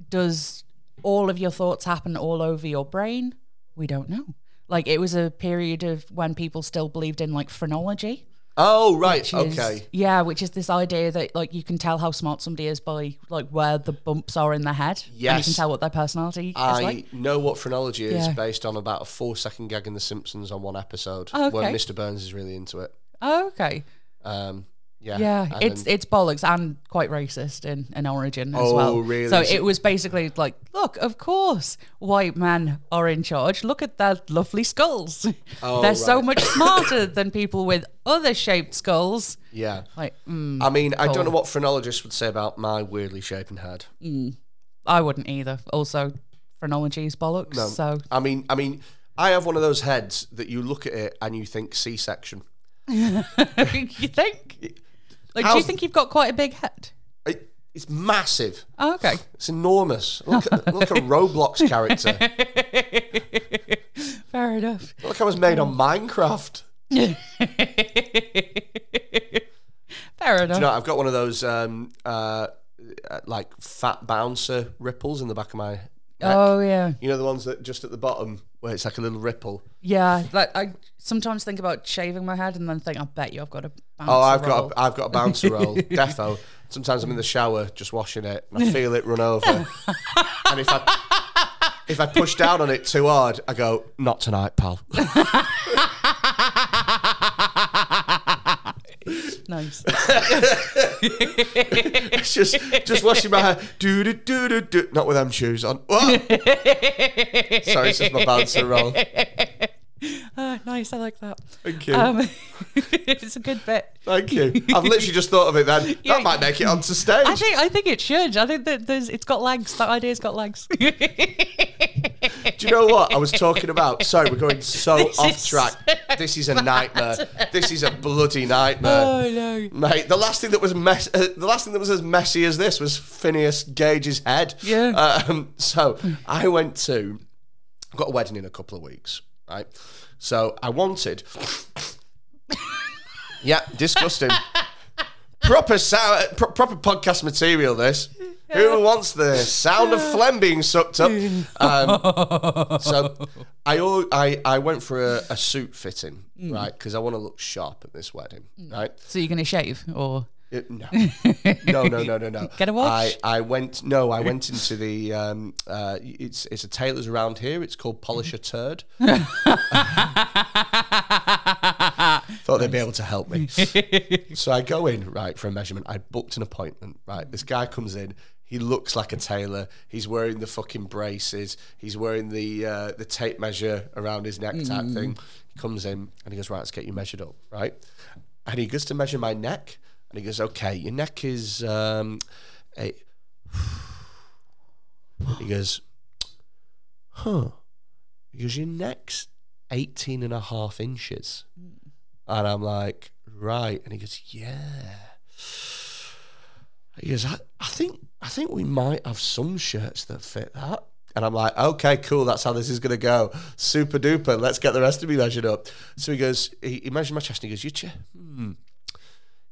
Speaker 2: does all of your thoughts happen all over your brain we don't know like it was a period of when people still believed in like phrenology
Speaker 1: Oh right.
Speaker 2: which is-
Speaker 1: Okay.
Speaker 2: yeah which is this idea that like you can tell how smart somebody is by like where the bumps are in their head and you
Speaker 1: Yes.
Speaker 2: can tell what their personality
Speaker 1: I
Speaker 2: is like
Speaker 1: know what phrenology is
Speaker 2: Yeah.
Speaker 1: based on about a four second gag in The Simpsons on one episode
Speaker 2: Oh,
Speaker 1: where
Speaker 2: okay.
Speaker 1: Mr. Burns is really into it.
Speaker 2: oh, okay
Speaker 1: Um, yeah.
Speaker 2: Yeah,
Speaker 1: And
Speaker 2: it's
Speaker 1: then-
Speaker 2: it's bollocks and quite racist in, in origin as
Speaker 1: Oh,
Speaker 2: well.
Speaker 1: really?
Speaker 2: So
Speaker 1: So-
Speaker 2: it was basically like, look, of course, white men are in charge. Look at their lovely skulls.
Speaker 1: Oh,
Speaker 2: They're so
Speaker 1: right.
Speaker 2: much smarter than people with other shaped skulls.
Speaker 1: yeah.
Speaker 2: Like, mm,
Speaker 1: I mean, I don't know what phrenologists would say about my weirdly shapen head.
Speaker 2: I wouldn't either. Also, phrenology is bollocks. So
Speaker 1: I mean, I mean, I have one of those heads that you look at it and you think C section.
Speaker 2: you think? Like, do you
Speaker 1: How's-
Speaker 2: think you've got quite a big head?
Speaker 1: It, it's massive.
Speaker 2: Oh, okay.
Speaker 1: It's enormous. Look, at- look a Roblox character.
Speaker 2: Fair enough.
Speaker 1: Look, I was made on Minecraft.
Speaker 2: Fair enough.
Speaker 1: You know, I've got one of those um, uh, uh, like fat bouncer ripples in the back of my
Speaker 2: oh, yeah.
Speaker 1: You know the ones that just at the bottom where it's like a little ripple.
Speaker 2: Yeah, like I sometimes think about shaving my head and then think, I bet you I've got a.
Speaker 1: Oh, I've got a, I've got a bouncer roll, defo. Sometimes I'm in the shower just washing it and I feel it run over. and if I if I push down on it too hard, I go not tonight, pal.
Speaker 2: nice.
Speaker 1: it's just just washing my hair. Do do do do do. Not with them shoes on. Oh! Sorry, it's just my bouncer roll.
Speaker 2: Ah, nice, I like that.
Speaker 1: Thank you.
Speaker 2: Um, it's a good bit.
Speaker 1: Thank you. I've literally just thought of it. Then
Speaker 2: Yeah.
Speaker 1: that might make it onto stage.
Speaker 2: I think I think it should. I think that there's it's got legs. That idea's got legs.
Speaker 1: Do you know what I was talking about? Sorry, we're going so
Speaker 2: This
Speaker 1: off
Speaker 2: is
Speaker 1: track. This is a nightmare. This is a bloody nightmare.
Speaker 2: oh no.
Speaker 1: Mate, the last thing that was mess- uh, the last thing that was as messy as this was Phineas Gage's head.
Speaker 2: Yeah.
Speaker 1: Um, so I went to I've got a wedding in a couple of weeks, right? So I wanted. yeah, disgusting. proper sound, pro- proper podcast material. This. Who wants the sound of phlegm being sucked up? Um, so I, al- I I went for a, a suit fitting, right? Because I want to look sharp at this wedding, right?
Speaker 2: So you're gonna shave or
Speaker 1: Uh, no. no, no, no, no, no.
Speaker 2: Get a watch?
Speaker 1: I, I went. No, I went into the. Um, uh, it's it's a tailor's around here. It's called Polish a Turd. Thought they'd be able to help me. so I go in right for a measurement. I booked an appointment. Right, this guy comes in. He looks like a tailor. He's wearing the fucking braces. He's wearing the uh, the tape measure around his neck type thing. He comes in and he goes, right, let's get you measured up, right? And he goes to measure my neck, and he goes, okay, your neck is um, a. He goes, huh? He goes, your neck's 18 and a half inches. And I'm like, right. And he goes, yeah. He goes, I, I think I think we might have some shirts that fit that. And I'm like, okay, cool. That's how this is gonna go. Super duper. Let's get the rest of me measured up. So he goes, he, he measured my chest and he goes, your chest, hmm,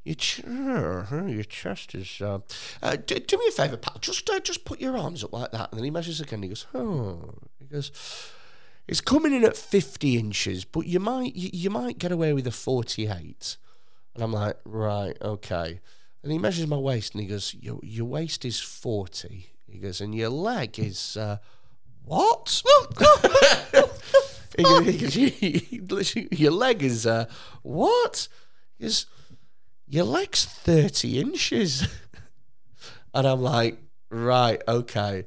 Speaker 1: your, ch- uh, your chest is. Uh, uh, do, do me a favor, pal. Just uh, just put your arms up like that. And then he measures again. And he goes, oh. He goes, it's coming in at 50 inches, but you might you, you might get away with a 48. And I'm like, right, okay. And he measures my waist and he goes, your, your waist is 40. He goes, and your leg is, uh, what? he goes, he goes, "You- literally, your leg is, uh, what? He goes, your leg's 30 inches. And I'm like, right, okay.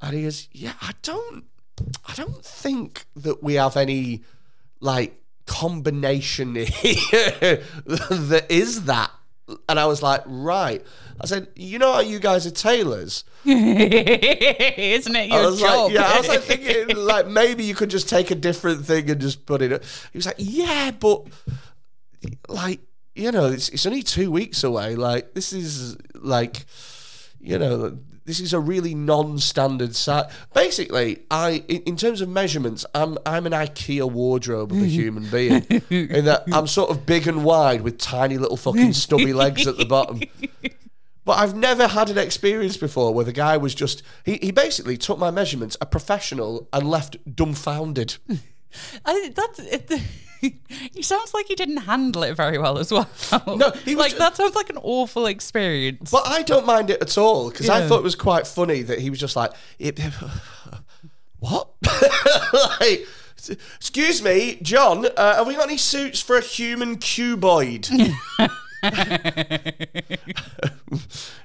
Speaker 1: And he goes, yeah, I don't, I don't think that we have any like combination here that is that. And I was like, right. I said, you know how you guys are tailors?
Speaker 2: Isn't it your
Speaker 1: I was like,
Speaker 2: job?
Speaker 1: yeah. I was like thinking, like maybe you could just take a different thing and just put it. He was like, yeah, but like you know, it's it's only two weeks away. Like this is like you know, this is a really non-standard size. Basically, I in, in terms of measurements, I'm I'm an IKEA wardrobe of a human being in that I'm sort of big and wide with tiny little fucking stubby legs at the bottom. But I've never had an experience before where the guy was just he, he basically took my measurements, a professional, and left dumbfounded.
Speaker 2: I, that's it. He sounds like he didn't handle it very well as well.
Speaker 1: No, he was
Speaker 2: like
Speaker 1: ju-
Speaker 2: that sounds like an awful experience.
Speaker 1: But I don't mind it at all because I
Speaker 2: Yeah.
Speaker 1: thought it was quite funny that he was just like, "It- "What? like, excuse me, John, uh, have we got any suits for a human cuboid?"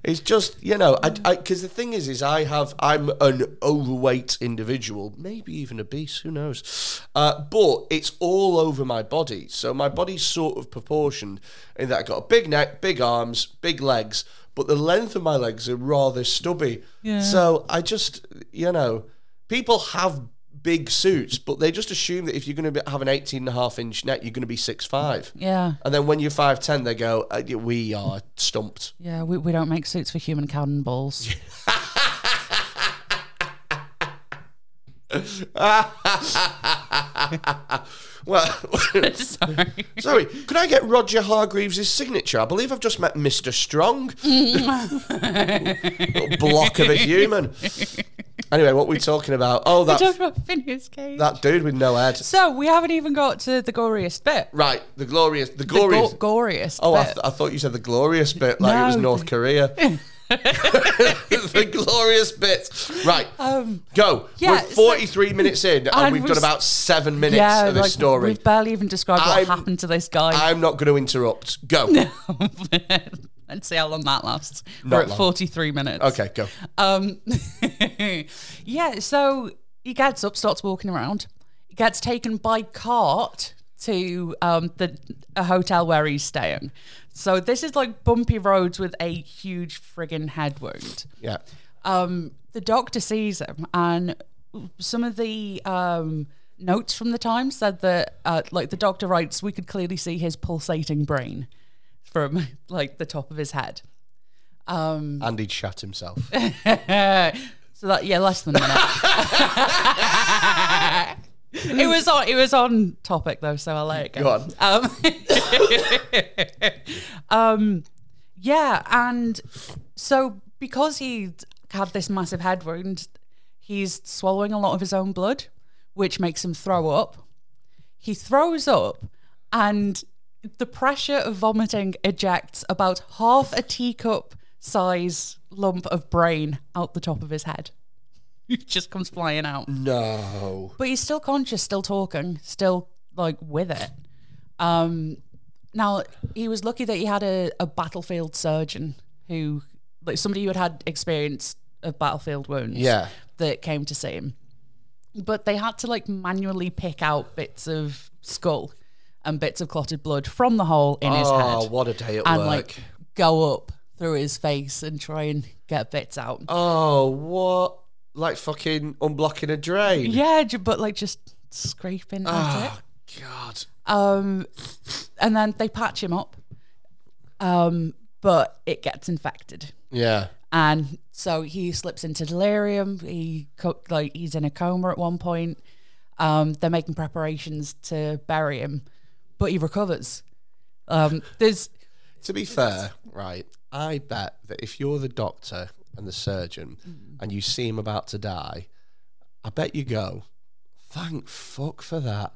Speaker 1: it's just you know, I because the thing is, is I have I'm an overweight individual, maybe even obese, who knows? Uh, but it's all over my body, so my body's sort of proportioned in that I have got a big neck, big arms, big legs, but the length of my legs are rather stubby.
Speaker 2: Yeah.
Speaker 1: So I just you know, people have big suits, but they just assume that if you're going to have an 18 and a half inch neck, you're going to be six five.
Speaker 2: yeah,
Speaker 1: And then when you're 5'10, they go, uh, we are stumped.
Speaker 2: yeah. We, we don't make suits for human cannonballs.
Speaker 1: Well,
Speaker 2: Sorry.
Speaker 1: sorry, could I get Roger Hargreaves' signature? I believe I've just met Mr. Strong. Little block of a human. Anyway, what were we talking about? Oh,
Speaker 2: Talk
Speaker 1: that,
Speaker 2: about Phineas Cage.
Speaker 1: that dude with no head.
Speaker 2: so we haven't even got to the goriest bit.
Speaker 1: Right, the glorious, the
Speaker 2: The
Speaker 1: glorious.
Speaker 2: go- goriest.
Speaker 1: Oh, I,
Speaker 2: bit.
Speaker 1: th- I thought you said the glorious bit, like it was
Speaker 2: No.
Speaker 1: North Korea. the glorious bit. Right.
Speaker 2: Um,
Speaker 1: Go.
Speaker 2: yeah,
Speaker 1: we're
Speaker 2: so-
Speaker 1: 43 minutes in, and,
Speaker 2: And
Speaker 1: we've
Speaker 2: we've
Speaker 1: got
Speaker 2: s-
Speaker 1: about seven minutes
Speaker 2: yeah,
Speaker 1: of this
Speaker 2: like,
Speaker 1: story.
Speaker 2: We've barely even described what
Speaker 1: I'm-
Speaker 2: happened to this guy.
Speaker 1: I'm not going to interrupt. Go.
Speaker 2: Let's see how long that lasts.
Speaker 1: Not
Speaker 2: We're at
Speaker 1: long.
Speaker 2: 43 minutes.
Speaker 1: okay, go.
Speaker 2: Um, yeah, so he gets up, starts walking around. He gets taken by cart to um, the a hotel where he's staying. So this is like bumpy roads with a huge friggin' head wound.
Speaker 1: Yeah.
Speaker 2: Um, the doctor sees him, and some of the um, notes from the time said that, uh, like, the doctor writes, we could clearly see his pulsating brain from like the top of his head.
Speaker 1: And he'd shat himself.
Speaker 2: So that yeah, less than a minute. it was on it was on topic though, so I'll let it
Speaker 1: Go
Speaker 2: go.
Speaker 1: on.
Speaker 2: Um, um, yeah, and so because he had this massive head wound, he's swallowing a lot of his own blood, which makes him throw up. He throws up, and the pressure of vomiting ejects about half a teacup size lump of brain out the top of his head. It just comes flying out.
Speaker 1: No.
Speaker 2: But he's still conscious, still talking, still like with it. Um, now he was lucky that he had a, a battlefield surgeon who, like somebody who had had experience of battlefield wounds,
Speaker 1: Yeah.
Speaker 2: that came to see him. But they had to like manually pick out bits of skull and bits of clotted blood from the hole in his
Speaker 1: oh,
Speaker 2: head
Speaker 1: what a day at
Speaker 2: and
Speaker 1: work.
Speaker 2: like go up through his face and try and get bits out.
Speaker 1: oh, what? Like fucking unblocking a drain.
Speaker 2: Yeah, ju- but like just scraping at it.
Speaker 1: Oh, God.
Speaker 2: Um, and then they patch him up. Um, but it gets infected,
Speaker 1: Yeah.
Speaker 2: and so he slips into delirium. He co- like he's in a coma at one point. Um, they're making preparations to bury him, but he recovers. Um, there's
Speaker 1: To be fair, right, I bet that if you're the doctor and the surgeon
Speaker 2: Mm.
Speaker 1: and you see him about to die, I bet you go, thank fuck for that.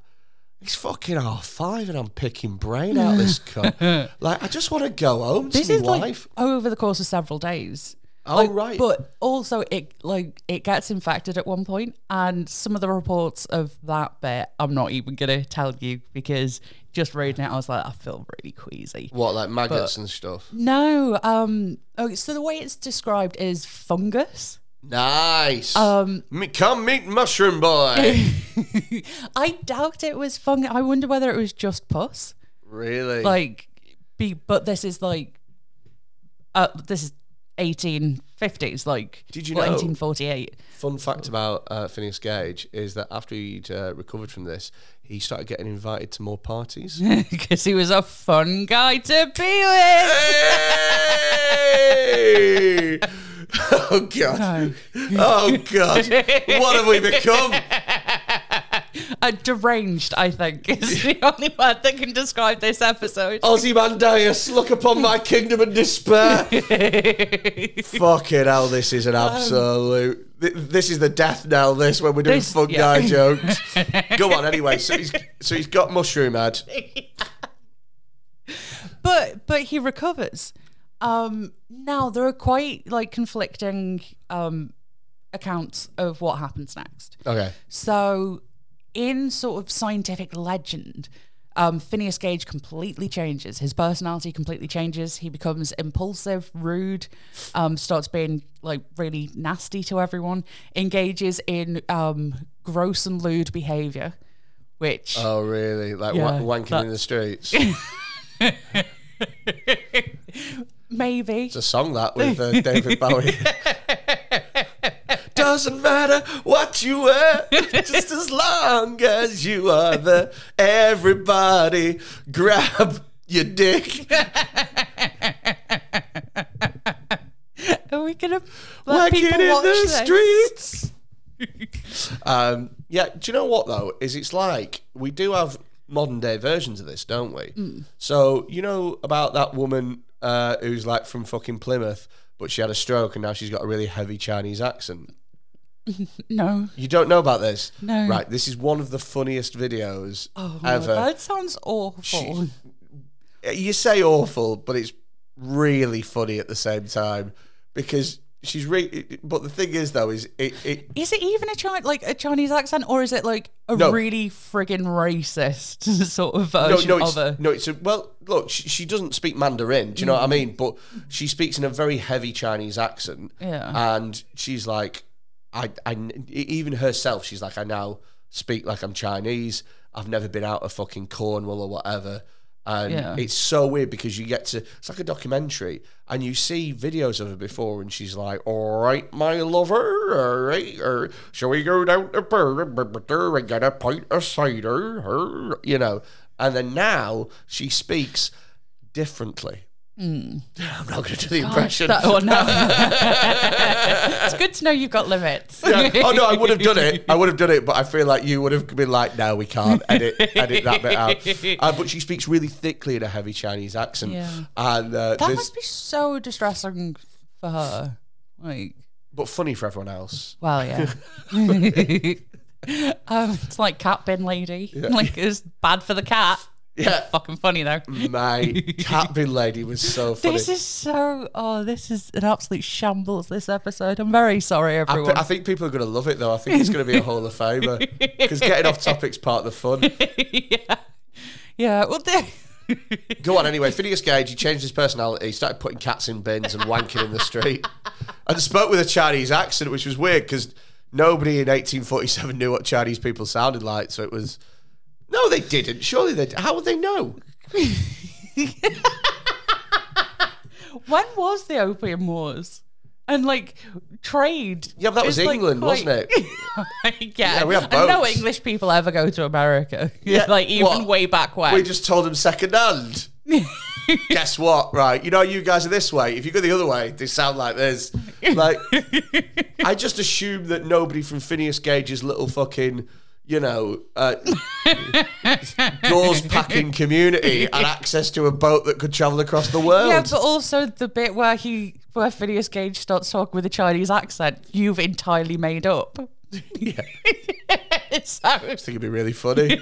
Speaker 1: It's fucking R5 and I'm picking brain out this cunt. like, I just want to go home
Speaker 2: this
Speaker 1: to
Speaker 2: is
Speaker 1: my
Speaker 2: like
Speaker 1: wife.
Speaker 2: over the course of several days.
Speaker 1: oh,
Speaker 2: Like,
Speaker 1: right.
Speaker 2: But also, it like it gets infected at one point, and some of the reports of that bit, I'm not even gonna tell you because just reading it, I was like, I feel really queasy.
Speaker 1: what, like maggots and stuff?
Speaker 2: No, um, oh, so the way it's described is fungus.
Speaker 1: Nice.
Speaker 2: Um,
Speaker 1: Me- come meet Mushroom Boy.
Speaker 2: I doubt it was fungus. I wonder whether it was just pus.
Speaker 1: really?
Speaker 2: Like, be but this is like, uh, this is 1850s, like,
Speaker 1: Did you
Speaker 2: or
Speaker 1: know-
Speaker 2: 1848?
Speaker 1: Fun fact about uh, Phineas Gage is that after he'd uh, recovered from this, he started getting invited to more parties.
Speaker 2: Because he was a fun guy to be with.
Speaker 1: Hey! Oh god! Oh god! What have we become?
Speaker 2: Uh, deranged, I think, is the only word that can describe this episode.
Speaker 1: Ozymandias, look upon my kingdom and despair. Fucking hell! This is an
Speaker 2: Um,
Speaker 1: absolute. thi- This is the death knell. This when we're doing
Speaker 2: This-
Speaker 1: fun
Speaker 2: yeah.
Speaker 1: guy jokes. Go on. Anyway, so he's so he's got mushroom head.
Speaker 2: But but he recovers. Um, now there are quite like conflicting um, accounts of what happens next.
Speaker 1: Okay.
Speaker 2: So, in sort of scientific legend, um, Phineas Gage completely changes. His personality completely changes. He becomes impulsive, rude, um, starts being like really nasty to everyone, engages in um, gross and lewd behavior, which.
Speaker 1: Oh really? Like
Speaker 2: Yeah,
Speaker 1: wa- wanking
Speaker 2: that-
Speaker 1: in the streets. It's
Speaker 2: Maybe.
Speaker 1: a song that with uh, David Bowie. Doesn't matter what you wear, just as long as you are there. Everybody, grab your dick.
Speaker 2: Are we gonna let
Speaker 1: Like it
Speaker 2: people
Speaker 1: in
Speaker 2: watch
Speaker 1: the
Speaker 2: this?
Speaker 1: streets. um, yeah, do you know what though? Is it's like we do have modern day versions of this, don't we?
Speaker 2: Mm.
Speaker 1: So you know about that woman uh, who's like from fucking Plymouth, but she had a stroke and now she's got a really heavy Chinese accent.
Speaker 2: No.
Speaker 1: You don't know about this,
Speaker 2: No.
Speaker 1: Right, this is one of the funniest videos
Speaker 2: Oh,
Speaker 1: ever.
Speaker 2: that sounds awful.
Speaker 1: She- you say awful, but it's really funny at the same time because she's re. But the thing is, though, is it, it
Speaker 2: Is it even a Chinese like a Chinese accent, or is it like a
Speaker 1: No.
Speaker 2: really friggin' racist sort of
Speaker 1: no,
Speaker 2: version
Speaker 1: no, it's,
Speaker 2: of a?
Speaker 1: no, it's a, well, look, she, she doesn't speak Mandarin. Do you know
Speaker 2: Mm.
Speaker 1: what I mean? But she speaks in a very heavy Chinese accent.
Speaker 2: Yeah.
Speaker 1: And she's like, I, I, e, even herself, she's like, I now speak like I'm Chinese. I've never been out of fucking Cornwall or whatever. And
Speaker 2: Yeah.
Speaker 1: it's so weird because you get to, it's like a documentary and you see videos of her before and she's like, all right, my lover, all right, or shall we go down to Burger and get a pint of cider, Her, you know? And then now she speaks differently. I'm not going to do the impression.
Speaker 2: Hmm. That one, no. it's good to know you've got limits.
Speaker 1: Yeah. Oh no, I would have done it. I would have done it, but I feel like you would have been like, "No, we can't edit edit that bit out." Uh, but she speaks really thickly in a heavy Chinese accent,
Speaker 2: Yeah.
Speaker 1: and uh,
Speaker 2: That
Speaker 1: there's-
Speaker 2: must be so distressing for her. Like,
Speaker 1: but funny for everyone else.
Speaker 2: well, yeah. um, it's like cat bin lady. Like, it's bad for the cat.
Speaker 1: Yeah.
Speaker 2: Fucking funny though.
Speaker 1: My cat bin lady was so funny.
Speaker 2: This is so. Oh, this is an absolute shambles. This episode. I'm very sorry,
Speaker 1: I,
Speaker 2: everyone.
Speaker 1: I think people are going to love it though. I think it's going to be a hall of famer because getting off topic's part of the fun.
Speaker 2: yeah. Yeah. Well, the-
Speaker 1: Go on anyway. Phineas Gage, he changed his personality. He started putting cats in bins and wanking in the street, and spoke with a Chinese accent, which was weird because nobody in 1847 knew what Chinese people sounded like. So it was no, they didn't. Surely they. How would they know?
Speaker 2: when was the Opium Wars? And like trade.
Speaker 1: Yeah, but that was
Speaker 2: is, like,
Speaker 1: England,
Speaker 2: quite-
Speaker 1: wasn't it?
Speaker 2: yeah.
Speaker 1: Yeah, we have
Speaker 2: And no
Speaker 1: boats.
Speaker 2: English people ever go to America.
Speaker 1: Yeah,
Speaker 2: like even
Speaker 1: what?
Speaker 2: way back when.
Speaker 1: We just told them second hand. Guess what? Right, you know you guys are this way. If you go the other way, they sound like this. Like, I just assume that nobody from Phineas Gage's little fucking, you know, uh, doors packing community had access to a boat that could travel across the world.
Speaker 2: yeah, but also the bit where he, where Phineas Gage starts talking with a Chinese accent, you've entirely made up.
Speaker 1: Yeah.
Speaker 2: so,
Speaker 1: I think it'd be really funny.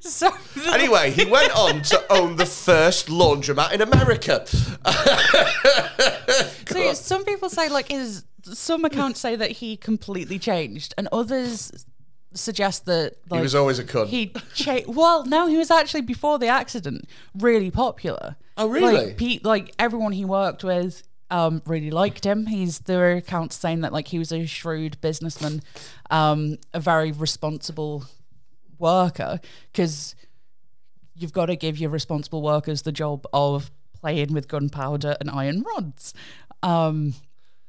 Speaker 2: so
Speaker 1: Anyway, he went on to own the first laundromat in America.
Speaker 2: So yeah, some people say like his some accounts say that he completely changed, and others suggest that like,
Speaker 1: was always a cunt.
Speaker 2: He cha- well, no, he was actually before the accident really popular.
Speaker 1: Oh, really?
Speaker 2: Like, pe- like everyone he worked with. Um, really liked him. He's there are accounts saying that like he was a shrewd businessman, um, a very responsible worker because you've got to give your responsible workers the job of playing with gunpowder and iron rods. Um,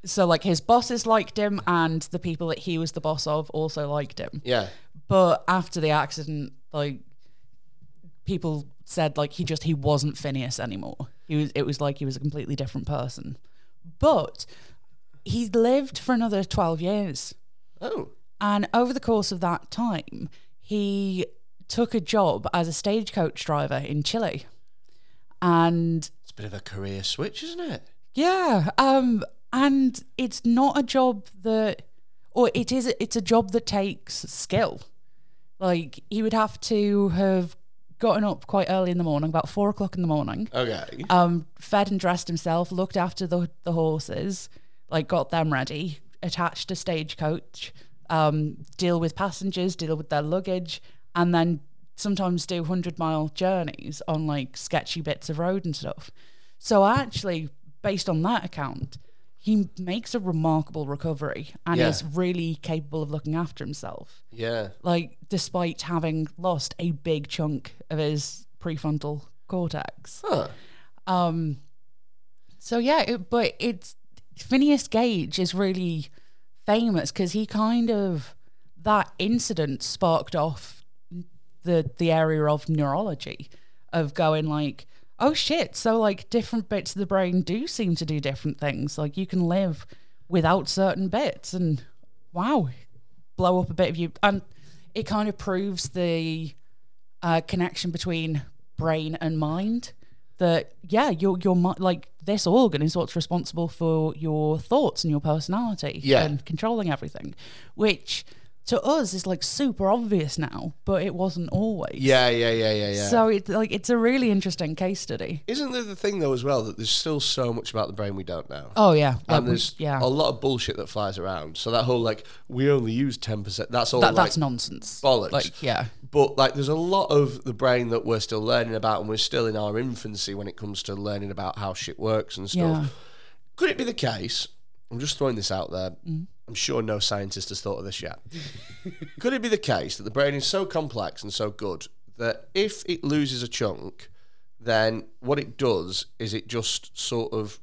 Speaker 2: so like his bosses liked him, and the people that he was the boss of also liked him.
Speaker 1: Yeah.
Speaker 2: But after the accident, like people said, like he just he wasn't Phineas anymore. He was. It was like he was a completely different person. But he lived for another twelve years.
Speaker 1: Oh.
Speaker 2: And over the course of that time, he took a job as a stagecoach driver in Chile. And
Speaker 1: It's a bit of a career switch, isn't it?
Speaker 2: yeah, um, and it's not a job that, or it is, it's a job that takes skill. Like he would have to have gotten up quite early in the morning, about four o'clock in the morning,
Speaker 1: Okay.
Speaker 2: um, fed and dressed himself, looked after the the horses, like got them ready, attached a stagecoach, um, deal with passengers, deal with their luggage, and then sometimes do hundred mile journeys on like sketchy bits of road and stuff. So actually, based on that account, he makes a remarkable recovery and
Speaker 1: Yeah.
Speaker 2: is really capable of looking after himself.
Speaker 1: Yeah.
Speaker 2: Like despite having lost a big chunk of his prefrontal cortex.
Speaker 1: Huh.
Speaker 2: Um, so yeah, it, but it's Phineas Gage is really famous because he kind of that incident sparked off the the area of neurology of going like, oh shit, so like different bits of the brain do seem to do different things. Like you can live without certain bits, and wow, blow up a bit of you, and it kind of proves the uh, connection between brain and mind. That yeah, your your mi- like this organ is what's responsible for your thoughts and your personality
Speaker 1: Yeah.
Speaker 2: and controlling everything, which to us is like super obvious now, but it wasn't always.
Speaker 1: Yeah, yeah, yeah, yeah, yeah.
Speaker 2: So it's like it's a really interesting case study.
Speaker 1: Isn't there the thing though as well that there's still so much about the brain we don't know?
Speaker 2: Oh yeah, like,
Speaker 1: and
Speaker 2: we-
Speaker 1: there's
Speaker 2: yeah.
Speaker 1: a lot of bullshit that flies around. So that whole like we only use ten percent. That's all.
Speaker 2: that,
Speaker 1: like,
Speaker 2: that's nonsense.
Speaker 1: bollocks.
Speaker 2: Like yeah,
Speaker 1: But like, there's a lot of the brain that we're still learning about, and we're still in our infancy when it comes to learning about how shit works and stuff.
Speaker 2: Yeah.
Speaker 1: Could it be the case? I'm just throwing this out there.
Speaker 2: Mm.
Speaker 1: I'm sure no scientist has thought of this yet. Could it be the case that the brain is so complex and so good that if it loses a chunk, then what it does is it just sort of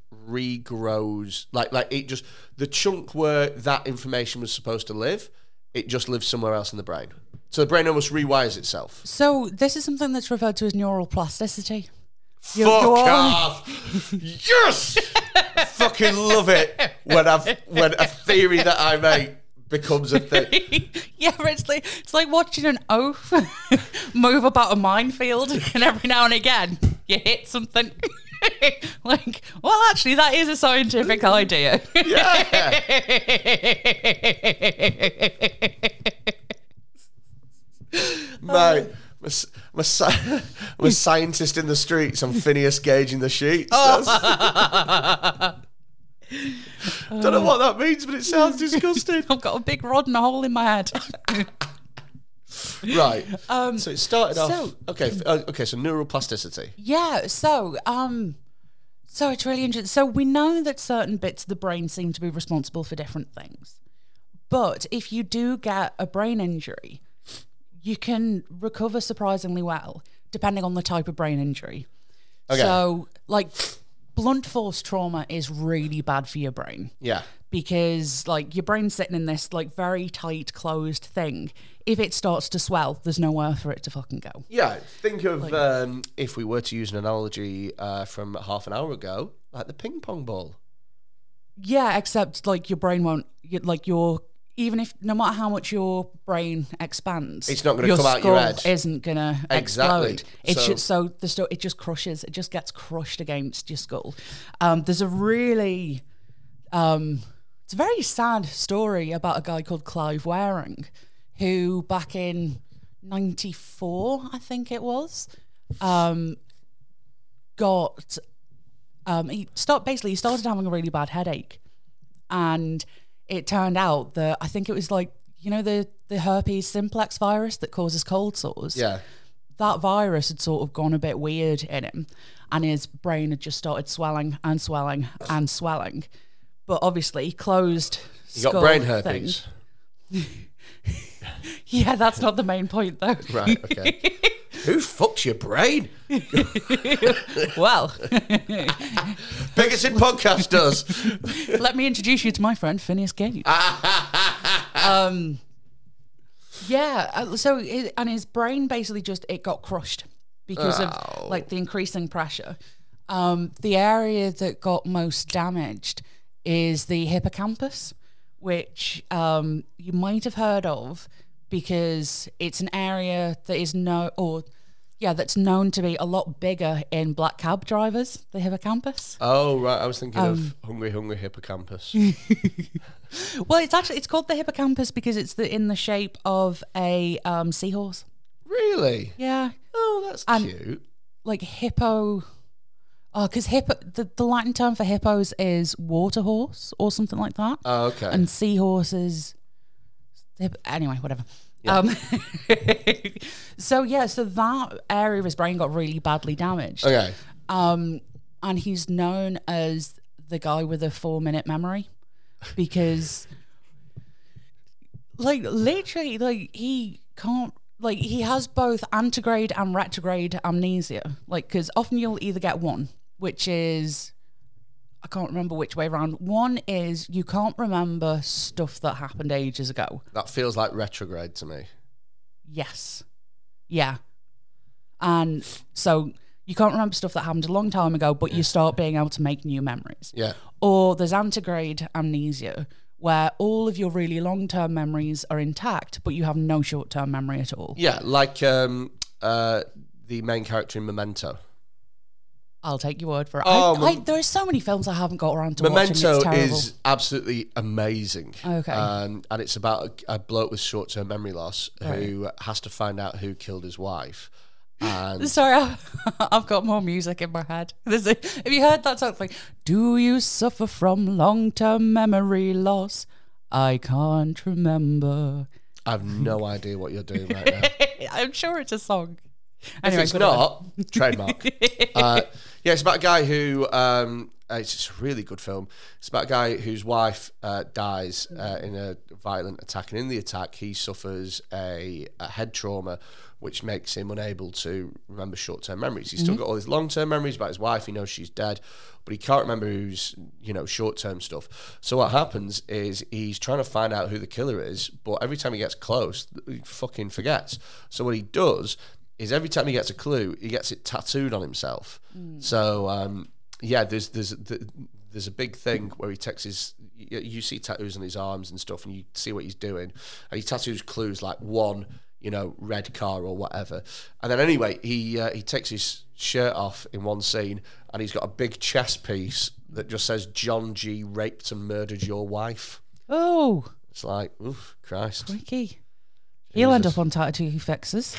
Speaker 1: regrows, like like it just the chunk where that information was supposed to live, it just lives somewhere else in the brain. So the brain almost rewires itself.
Speaker 2: So this is something that's referred to as neural plasticity.
Speaker 1: Fuck
Speaker 2: go on.
Speaker 1: off! yes, I fucking love it when I've when a theory that I make becomes a thing.
Speaker 2: yeah, but it's like it's like watching an oaf move about a minefield, and every now and again you hit something. like, well, actually, that is a scientific idea.
Speaker 1: Yeah.
Speaker 2: yeah,
Speaker 1: Mate, I'm a s- I'm a, sci- I'm a scientist in the streets. I'm Phineas gauging the sheets. That's- Don't know what that means, but it sounds disgusting.
Speaker 2: I've got a big rod and a hole in my head.
Speaker 1: right. so it started off.
Speaker 2: Um, so-
Speaker 1: okay. f- uh, okay. So neuroplasticity.
Speaker 2: yeah, so um so it's really interesting. So we know that certain bits of the brain seem to be responsible for different things. But if you do get a brain injury, you can recover surprisingly well depending on the type of brain injury.
Speaker 1: Okay.
Speaker 2: So like blunt force trauma is really bad for your brain.
Speaker 1: Yeah.
Speaker 2: because like your brain's sitting in this like very tight closed thing if it starts to swell there's nowhere for it to fucking go
Speaker 1: Yeah. Think of um, if we were to use an analogy uh, from half an hour ago, like the ping pong ball.
Speaker 2: yeah except like your brain won't you- like your even if no matter how much your brain expands
Speaker 1: It's not gonna
Speaker 2: your
Speaker 1: come out your
Speaker 2: skull
Speaker 1: head.
Speaker 2: isn't gonna
Speaker 1: Exactly.
Speaker 2: explode it's
Speaker 1: So-
Speaker 2: just so the stuff it just crushes it just gets crushed against your skull um there's a really um, it's a very sad story about a guy called Clive Waring, who back in '94, I think it was, um, got um, he start basically he started having a really bad headache, and it turned out that I think it was like you know the the herpes simplex virus that causes cold sores
Speaker 1: Yeah.
Speaker 2: that virus had sort of gone a bit weird in him and his brain had just started swelling and swelling and swelling but obviously closed
Speaker 1: You got
Speaker 2: skull
Speaker 1: brain
Speaker 2: thing-
Speaker 1: herpes.
Speaker 2: yeah that's not the main point though
Speaker 1: Right. Okay. Who fucks your brain?
Speaker 2: well
Speaker 1: Bigoted podcast does.
Speaker 2: let me introduce you to my friend phineas gates um yeah uh, so it, and his brain basically just it got crushed because of like the increasing pressure um the area that got most damaged is the hippocampus which um you might have heard of because it's an area that is no or yeah that's known to be a lot bigger in black cab drivers the hippocampus
Speaker 1: Oh right, I was thinking
Speaker 2: Um,
Speaker 1: of hungry, hungry hippocampus.
Speaker 2: Well, it's actually it's called the hippocampus because it's the in the shape of a um, seahorse.
Speaker 1: really?
Speaker 2: Yeah,
Speaker 1: Oh, that's cute.
Speaker 2: like hippo. Oh, because hippo the, the Latin term for hippos is water horse or something like that,
Speaker 1: Oh, okay.
Speaker 2: and seahorses. Hip, anyway, whatever. Um, so yeah, so that area of his brain got really badly damaged,
Speaker 1: okay.
Speaker 2: um, and he's known as the guy with a four-minute memory because like literally like he can't like he has both antegrade and retrograde amnesia like because often you'll either get one which is i can't remember which way around one is you can't remember stuff that happened ages ago
Speaker 1: That feels like retrograde to me.
Speaker 2: yes yeah and so you can't remember stuff that happened a long time ago but you start being able to make new memories
Speaker 1: Yeah.
Speaker 2: or there's antegrade amnesia, where all of your really long term memories are intact, but you have no short term memory at all.
Speaker 1: Yeah, like um uh the main character in Memento.
Speaker 2: I'll take your word for it.
Speaker 1: Oh,
Speaker 2: I,
Speaker 1: Mem-
Speaker 2: I, there are so many films I haven't got around to
Speaker 1: Memento
Speaker 2: watching. It's terrible.
Speaker 1: is absolutely amazing.
Speaker 2: Okay.
Speaker 1: Um, and it's about a, a bloke with short term memory loss who has to find out who killed his wife. And
Speaker 2: Sorry, I- I've got more music in my head. There's a, have you heard that song? It's like, do you suffer from long term memory loss? I can't remember.
Speaker 1: I have no idea what you're doing right now.
Speaker 2: I'm sure it's a song.
Speaker 1: if
Speaker 2: Anyway,
Speaker 1: it's
Speaker 2: whatever.
Speaker 1: not trademark. uh, yeah, it's about a guy who. Um, uh, it's just a really good film. It's about a guy whose wife uh, dies uh, in a violent attack, and in the attack, he suffers a, a head trauma, which makes him unable to remember short-term memories. He's still got all his long-term memories about his wife. He knows she's dead, but he can't remember who's you know short-term stuff. So what happens is he's trying to find out who the killer is, but every time he gets close, he fucking forgets. So what he does is every time he gets a clue, he gets it tattooed on himself. So um, yeah, there's there's th- there's a big thing where he takes his you, you see tattoos on his arms and stuff, and you see what he's doing, and he tattoos clues like one, you know, red car or whatever. And then anyway, he uh, he takes his shirt off in one scene, and he's got a big chess piece that just says John G raped and murdered your wife.
Speaker 2: Oh,
Speaker 1: It's like, oof, Christ.
Speaker 2: Ricky. He'll end up on tattoo fixes.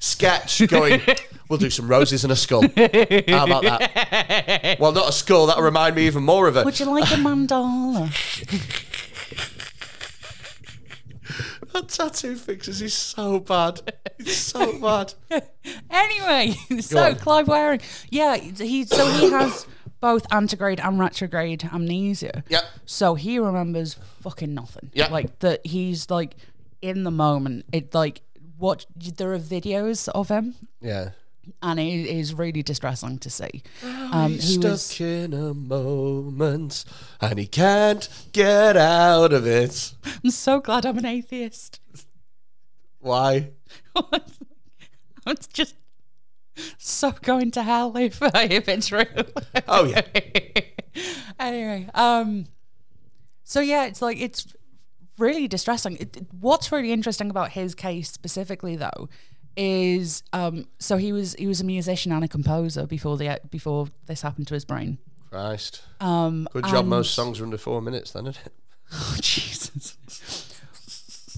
Speaker 1: sketch going, we'll do some roses and a skull. How about that? Well, not a skull. That'll remind me even more of it.
Speaker 2: Would you like a mandala?
Speaker 1: That tattoo fixes is so bad. It's so bad.
Speaker 2: Anyway, so
Speaker 1: on.
Speaker 2: Clive Waring, yeah, he so he has both antigrade and retrograde amnesia.
Speaker 1: Yep.
Speaker 2: So he remembers fucking nothing.
Speaker 1: Yep.
Speaker 2: Like that, he's like in the moment. It like what there are videos of him,
Speaker 1: Yeah.
Speaker 2: and it is really distressing to see. Um, he
Speaker 1: Stuck
Speaker 2: was
Speaker 1: in a moment and he can't get out of it.
Speaker 2: I'm so glad I'm an atheist.
Speaker 1: Why?
Speaker 2: I'm just so going to hell if I if it's true.
Speaker 1: Oh, yeah.
Speaker 2: anyway, um, so yeah, it's like it's really distressing. It- it- what's really interesting about his case specifically, though, is um, so he was he was a musician and a composer before the before this happened to his brain.
Speaker 1: Christ.
Speaker 2: Um,
Speaker 1: Good job. Most songs are under four minutes, then, isn't it?
Speaker 2: Oh, Jesus.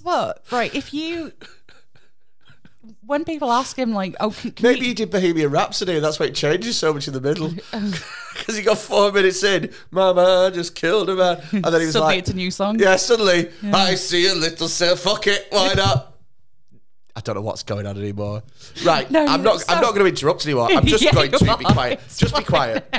Speaker 2: But right, if you when people ask him like, oh, can, can you-
Speaker 1: Maybe he did Bohemian Rhapsody, and that's why it changes so much in the middle.
Speaker 2: Oh.
Speaker 1: Because he got four minutes in, Mama I just killed a man, and then he was
Speaker 2: suddenly
Speaker 1: like,
Speaker 2: it's a new song.
Speaker 1: Yeah, suddenly I see a little cell. Fuck it, why not? I don't know what's going on anymore. Right,
Speaker 2: No,
Speaker 1: I'm not.
Speaker 2: so-
Speaker 1: I'm not going to interrupt anymore. I'm just
Speaker 2: Yeah,
Speaker 1: going to
Speaker 2: you
Speaker 1: be
Speaker 2: are.
Speaker 1: quiet.
Speaker 2: It's
Speaker 1: Just be quiet.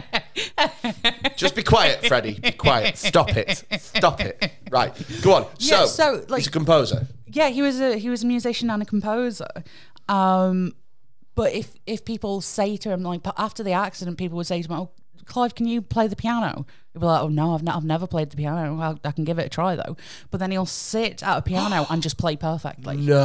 Speaker 1: just be quiet, Freddie. Be quiet. Stop it. Stop it. Right, go on. So,
Speaker 2: Yeah, so, like-
Speaker 1: he's a composer.
Speaker 2: yeah, he was a he was a musician and a composer. Um, but if if people say to him like but after the accident, people would say to him, "Oh, Clive, can you play the piano?" He'd be like, "Oh no, I've not, I've never played the piano. Well, I can give it a try though." But then he'll sit at a piano and just play perfectly.
Speaker 1: No.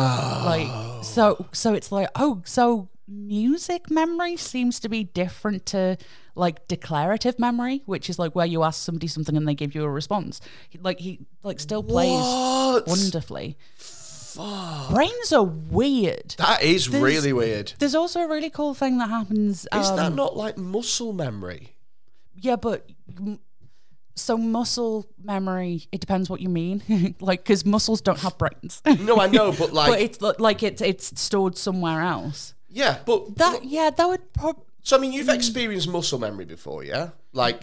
Speaker 2: Like so so it's like oh so music memory seems to be different to like declarative memory which is like where you ask somebody something and they give you a response He- like he like still plays
Speaker 1: What?
Speaker 2: wonderfully. Brains are weird.
Speaker 1: That is really weird.
Speaker 2: There's also a really cool thing that happens. Um,
Speaker 1: Is that not like muscle memory?
Speaker 2: yeah, but m- so muscle memory. It depends what you mean. like, because muscles don't have brains,
Speaker 1: No, I know, but like,
Speaker 2: but it's lo- like it's it's stored somewhere else.
Speaker 1: yeah, but
Speaker 2: That Mm. yeah, that would probably.
Speaker 1: so I mean, you've experienced muscle memory before, yeah, like,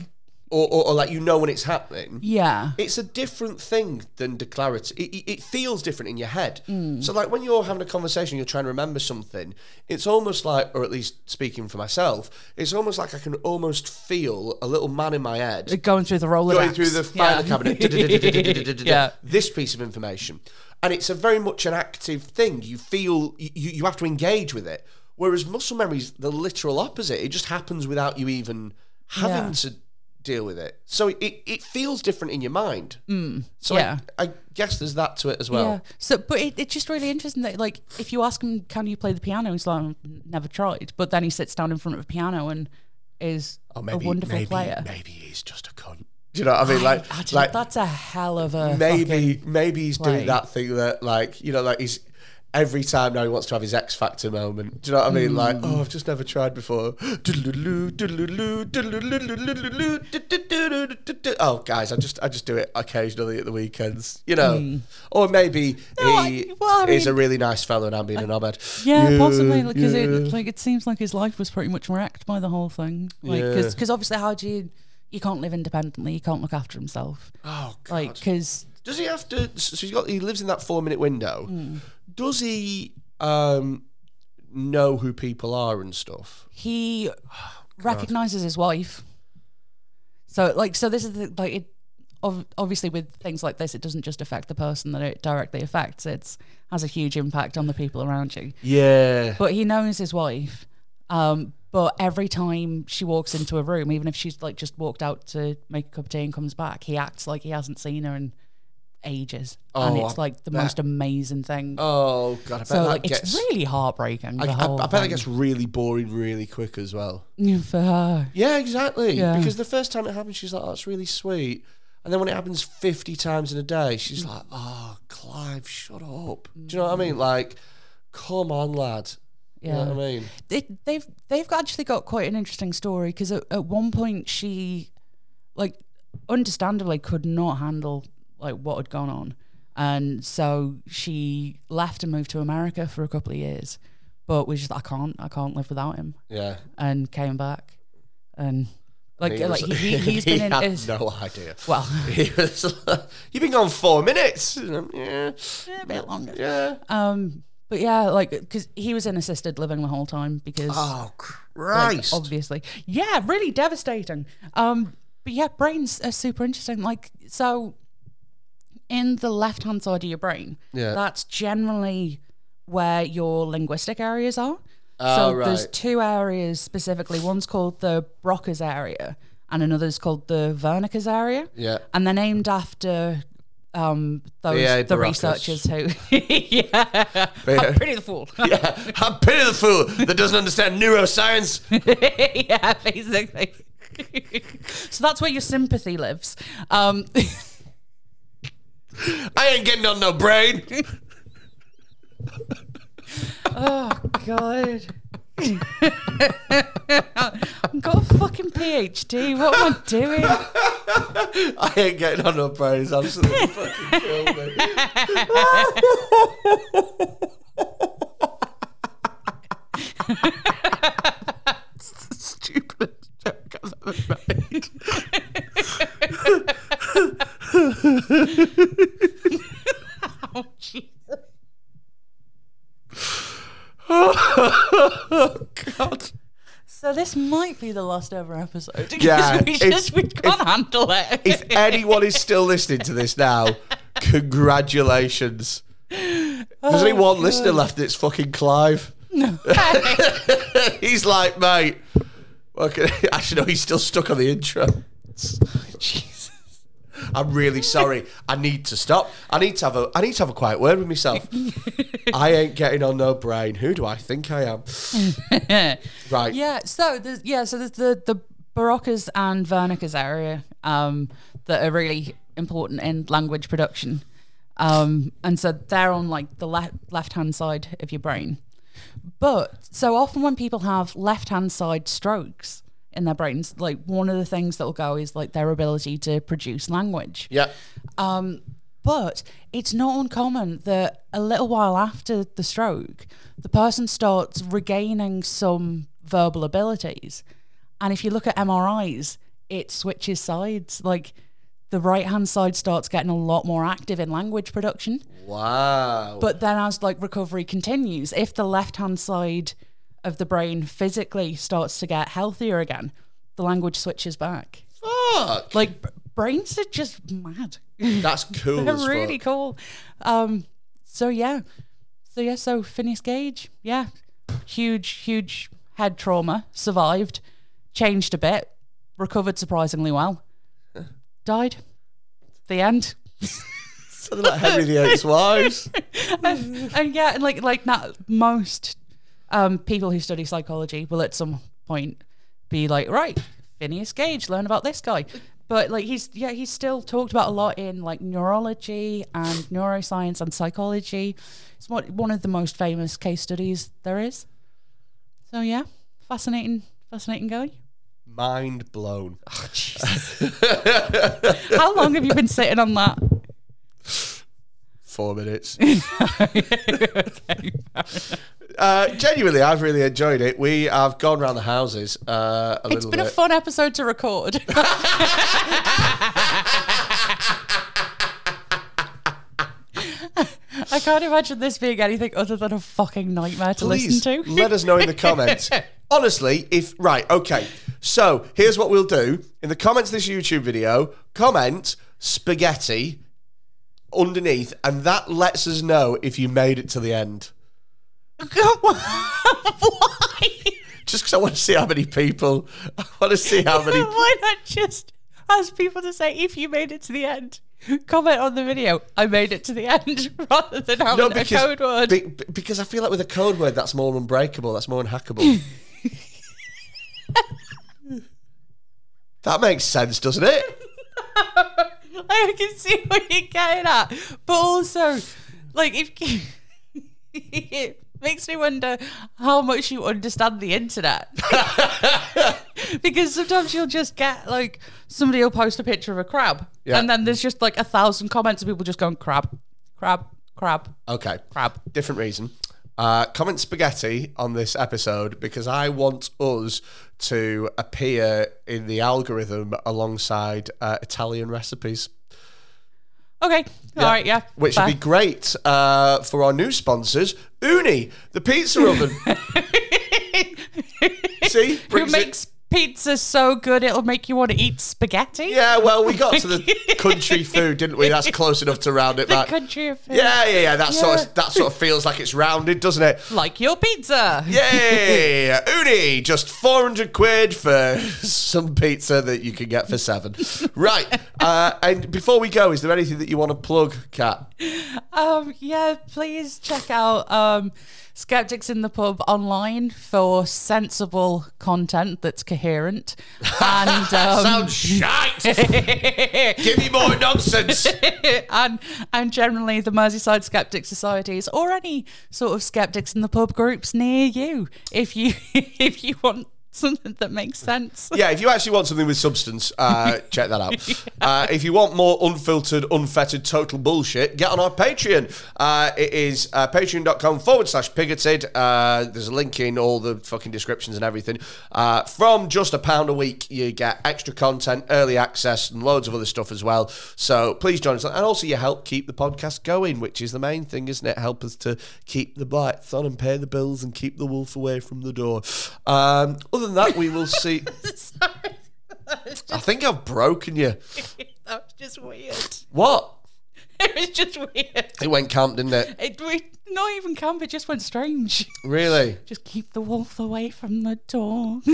Speaker 1: or, or, or like you know when it's happening.
Speaker 2: Yeah,
Speaker 1: It's a different thing than declarative. It, it- it feels different in your head.
Speaker 2: Mm.
Speaker 1: So, like when you're having a conversation, you're trying to remember something. It's almost like, or at least speaking for myself, it's almost like I can almost feel a little man in my head
Speaker 2: going through the roller.
Speaker 1: going through the file cabinet. da-da-da-da-da-da-da-da-da,
Speaker 2: Yeah.
Speaker 1: This piece of information, and it's a very much an active thing. You feel you, you you have to engage with it. Whereas muscle memory is the literal opposite. It just happens without you even having
Speaker 2: Yeah.
Speaker 1: to deal with it. So it, it feels different in your mind. So
Speaker 2: Mm. yeah.
Speaker 1: I, I guess there's that to it as well.
Speaker 2: Yeah. So, but it, it's just really interesting that, like, if you ask him, "Can you play the piano?" He's like, "I've "Never tried." But then he sits down in front of a piano and is
Speaker 1: Or Oh, maybe
Speaker 2: a wonderful
Speaker 1: maybe,
Speaker 2: player.
Speaker 1: Maybe he's just a cunt. Do you know what I mean? Like
Speaker 2: I don't-
Speaker 1: like
Speaker 2: that's a hell of a
Speaker 1: maybe
Speaker 2: fucking-
Speaker 1: maybe he's
Speaker 2: play.
Speaker 1: doing that thing that like you know like he's every time now he wants to have his X Factor moment. Do you know what I
Speaker 2: Mm.
Speaker 1: mean? Like oh, I've just never tried before. Oh guys, I just I just do it occasionally at the weekends, you know. Or maybe
Speaker 2: Mm. No,
Speaker 1: he
Speaker 2: I- well, I
Speaker 1: is a
Speaker 2: mean-
Speaker 1: really nice fellow and I'm being an obed.
Speaker 2: yeah, possibly because
Speaker 1: yeah.
Speaker 2: it like it seems like his life was pretty much wrecked by the whole thing. Like,
Speaker 1: Yeah.
Speaker 2: because obviously, how do you you can't live independently? You can't look after himself.
Speaker 1: Oh god.
Speaker 2: Like, because
Speaker 1: Does he have to? So he's got. He lives in that four minute window.
Speaker 2: Hmm.
Speaker 1: Does he um, know who people are and stuff?
Speaker 2: he recognizes his wife. So like so this is the, like it ob- obviously with things like this it doesn't just affect the person that it directly affects it's has a huge impact on the people around you.
Speaker 1: Yeah.
Speaker 2: But he knows his wife. Um but every time she walks into a room even if she's like just walked out to make a cup of tea and comes back he acts like he hasn't seen her in ages and
Speaker 1: Oh,
Speaker 2: it's
Speaker 1: I
Speaker 2: like the
Speaker 1: bet.
Speaker 2: most amazing thing.
Speaker 1: Oh god, I bet
Speaker 2: so
Speaker 1: that
Speaker 2: like,
Speaker 1: gets.
Speaker 2: it's really heartbreaking the
Speaker 1: I, I,
Speaker 2: whole
Speaker 1: I bet that gets really boring really quick as well.
Speaker 2: thing. for her.
Speaker 1: Yeah, exactly.
Speaker 2: Yeah.
Speaker 1: Because the first time it happens, she's like, "Oh, it's really sweet," and then when it happens fifty times in a day, she's
Speaker 2: Mm.
Speaker 1: like, "Oh, Clive, shut up." Do you know what I mean? Like, come on, lad. You know what I mean?
Speaker 2: they, they've they've got- actually got quite an interesting story because at, at one point she like understandably could not handle like what had gone on and so she left and moved to america for a couple of years But we just I can't I can't live without him.
Speaker 1: Yeah.
Speaker 2: And came back, and like
Speaker 1: He was-
Speaker 2: like he, he, has been in.
Speaker 1: had
Speaker 2: is-
Speaker 1: no idea.
Speaker 2: well,
Speaker 1: He was like, you've been gone four minutes. Yeah.
Speaker 2: a bit longer.
Speaker 1: Yeah.
Speaker 2: Um, but yeah, like because he was in assisted living the whole time because
Speaker 1: Oh,
Speaker 2: like,
Speaker 1: Christ.
Speaker 2: obviously, yeah, really devastating. Um, but yeah, brains are super interesting. Like so, in the left hand side of your brain,
Speaker 1: Yeah.
Speaker 2: that's generally where your linguistic areas are.
Speaker 1: Oh,
Speaker 2: so there's
Speaker 1: right.
Speaker 2: two areas specifically. One's called the Broca's area, and another's called the Wernicke's area
Speaker 1: yeah.
Speaker 2: and they're named after um those
Speaker 1: Yeah,
Speaker 2: the
Speaker 1: Baracus.
Speaker 2: researchers who yeah, I'm pretty the fool
Speaker 1: Yeah. How pity the fool that doesn't understand neuroscience.
Speaker 2: yeah basically so that's where your sympathy lives um
Speaker 1: I ain't getting on no brain.
Speaker 2: oh god I've got a fucking PhD what am I doing
Speaker 1: I ain't getting on no brain. It's absolutely fucking killed me. Stupid joke I've ever made.
Speaker 2: oh Jesus
Speaker 1: oh, God.
Speaker 2: so this might be the last ever episode because
Speaker 1: Yeah,
Speaker 2: we
Speaker 1: if-
Speaker 2: just we can't handle it
Speaker 1: If anyone is still listening to this now, congratulations.
Speaker 2: Oh,
Speaker 1: There's only one listener left, and it's fucking Clive. he's like, mate, okay, actually, no, he's still stuck on the intro.
Speaker 2: Jesus
Speaker 1: I'm really sorry. I need to stop. I need to have a I need to have a quiet word with myself. I ain't getting on no brain. Who do I think I am? Right.
Speaker 2: Yeah. So there's yeah. So there's the the Barocas and Wernicke's area um, that are really important in language production, um, and so they're on like the le- left hand side of your brain. But so often when people have left hand side strokes in their brains, like one of the things that will go is like their ability to produce language.
Speaker 1: Yeah.
Speaker 2: Um, but it's not uncommon that a little while after the stroke, the person starts regaining some verbal abilities. And if you look at MRIs, it switches sides. Like the right hand side starts getting a lot more active in language production.
Speaker 1: Wow.
Speaker 2: But then as like recovery continues, if the left hand side of the brain physically starts to get healthier again, the language switches back.
Speaker 1: Fuck.
Speaker 2: Like b- brains are just mad.
Speaker 1: That's cool.
Speaker 2: They're
Speaker 1: as
Speaker 2: really
Speaker 1: fuck.
Speaker 2: cool. Um, so yeah, so yeah, so Phineas Gage, yeah, huge, huge head trauma, survived, changed a bit, recovered surprisingly well, died. The end.
Speaker 1: Something like Henry VIII's wives.
Speaker 2: And yeah, and like like not most um, people who study psychology will at some point be like, right, Phineas Gage, learn about this guy. But like he's yeah, he's still talked about a lot in like neurology and neuroscience and psychology. It's what one of the most famous case studies there is. So yeah, fascinating, fascinating guy.
Speaker 1: Mind blown.
Speaker 2: How long have you been sitting on that?
Speaker 1: Four minutes. Uh, genuinely, I've really enjoyed it. We have gone round the houses uh, a
Speaker 2: It's
Speaker 1: little
Speaker 2: been a
Speaker 1: bit.
Speaker 2: fun episode to record. I can't imagine this being anything other than a fucking nightmare to
Speaker 1: Please
Speaker 2: listen to.
Speaker 1: let us know in the comments. Honestly, if right, okay. So here's what we'll do in the comments of this YouTube video: comment spaghetti underneath, and that lets us know if you made it to the end.
Speaker 2: Why?
Speaker 1: Just because I want to see how many people, I want to see how many.
Speaker 2: Why not just ask people to say if you made it to the end? Comment on the video. I made it to the end, rather than having
Speaker 1: No,
Speaker 2: a code word.
Speaker 1: be- be- because I feel like with a code word, that's more unbreakable. That's more unhackable. that makes sense, doesn't it?
Speaker 2: I can see what you're getting at, but also, like, if it makes me wonder how much you understand the internet, because sometimes you'll just get like somebody will post a picture of a crab,
Speaker 1: Yeah.
Speaker 2: and then there's just like a thousand comments of people just going crab, crab, crab,
Speaker 1: Okay.
Speaker 2: crab.
Speaker 1: Different reason. Uh, comment spaghetti on this episode because I want us to appear in the algorithm alongside uh, Italian recipes.
Speaker 2: Okay. All right. Yeah.
Speaker 1: Which
Speaker 2: Fair.
Speaker 1: would be great uh, for our new sponsors, Uni, the pizza oven. See,
Speaker 2: who
Speaker 1: Brings it-
Speaker 2: makes pizza so good it'll make you want to eat spaghetti?
Speaker 1: Yeah, well, we got to the country food, didn't we? That's close enough to round it
Speaker 2: The
Speaker 1: back.
Speaker 2: country of food.
Speaker 1: Uh, Yeah, yeah, yeah. That sort
Speaker 2: Yeah.
Speaker 1: of that sort of feels like it's rounded, doesn't it?
Speaker 2: Like your pizza.
Speaker 1: Yay! Uni, just 400 quid for some pizza that you can get for seven. Right. Uh, and before we go, is there anything that you want to plug, Kat?
Speaker 2: Um, yeah, please check out um, Skeptics in the Pub online for sensible content that's coherent. And um,
Speaker 1: Sounds shite! Give me more nonsense!
Speaker 2: and and generally the Merseyside Skeptic Societies or any sort of skeptics in the pub groups near you if you if you want something that makes sense.
Speaker 1: Yeah, if you actually want something with substance, uh, check that out. Uh, if you want more unfiltered, unfettered, total bullshit, get on our Patreon. Uh, it is uh, patreon.com forward slash bigoted. Uh, there's a link in all the fucking descriptions and everything. Uh, from just a pound a week, you get extra content, early access, and loads of other stuff as well. So please join us. And also, you help keep the podcast going, which is the main thing, isn't it? Help us to keep the lights on and pay the bills and keep the wolf away from the door. Um, other than that, we will see.
Speaker 2: Sorry. That was
Speaker 1: I think I've broken you.
Speaker 2: just- that was just weird.
Speaker 1: What?
Speaker 2: It was just weird.
Speaker 1: It went camp, didn't it?
Speaker 2: It we not even camp, it just went strange.
Speaker 1: Really?
Speaker 2: Just keep the wolf away from the door.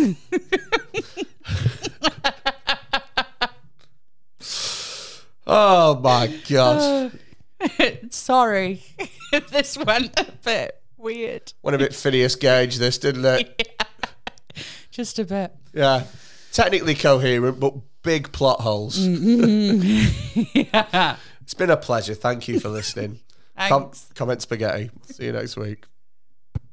Speaker 1: Oh my god.
Speaker 2: Sorry. this went a bit weird.
Speaker 1: Went a bit Phineas Gage, this, didn't it?
Speaker 2: Just a bit.
Speaker 1: Yeah. Technically coherent, but big plot holes.
Speaker 2: yeah.
Speaker 1: It's been a pleasure. Thank you for listening. Com-
Speaker 2: Thanks.
Speaker 1: comment spaghetti. See you next week.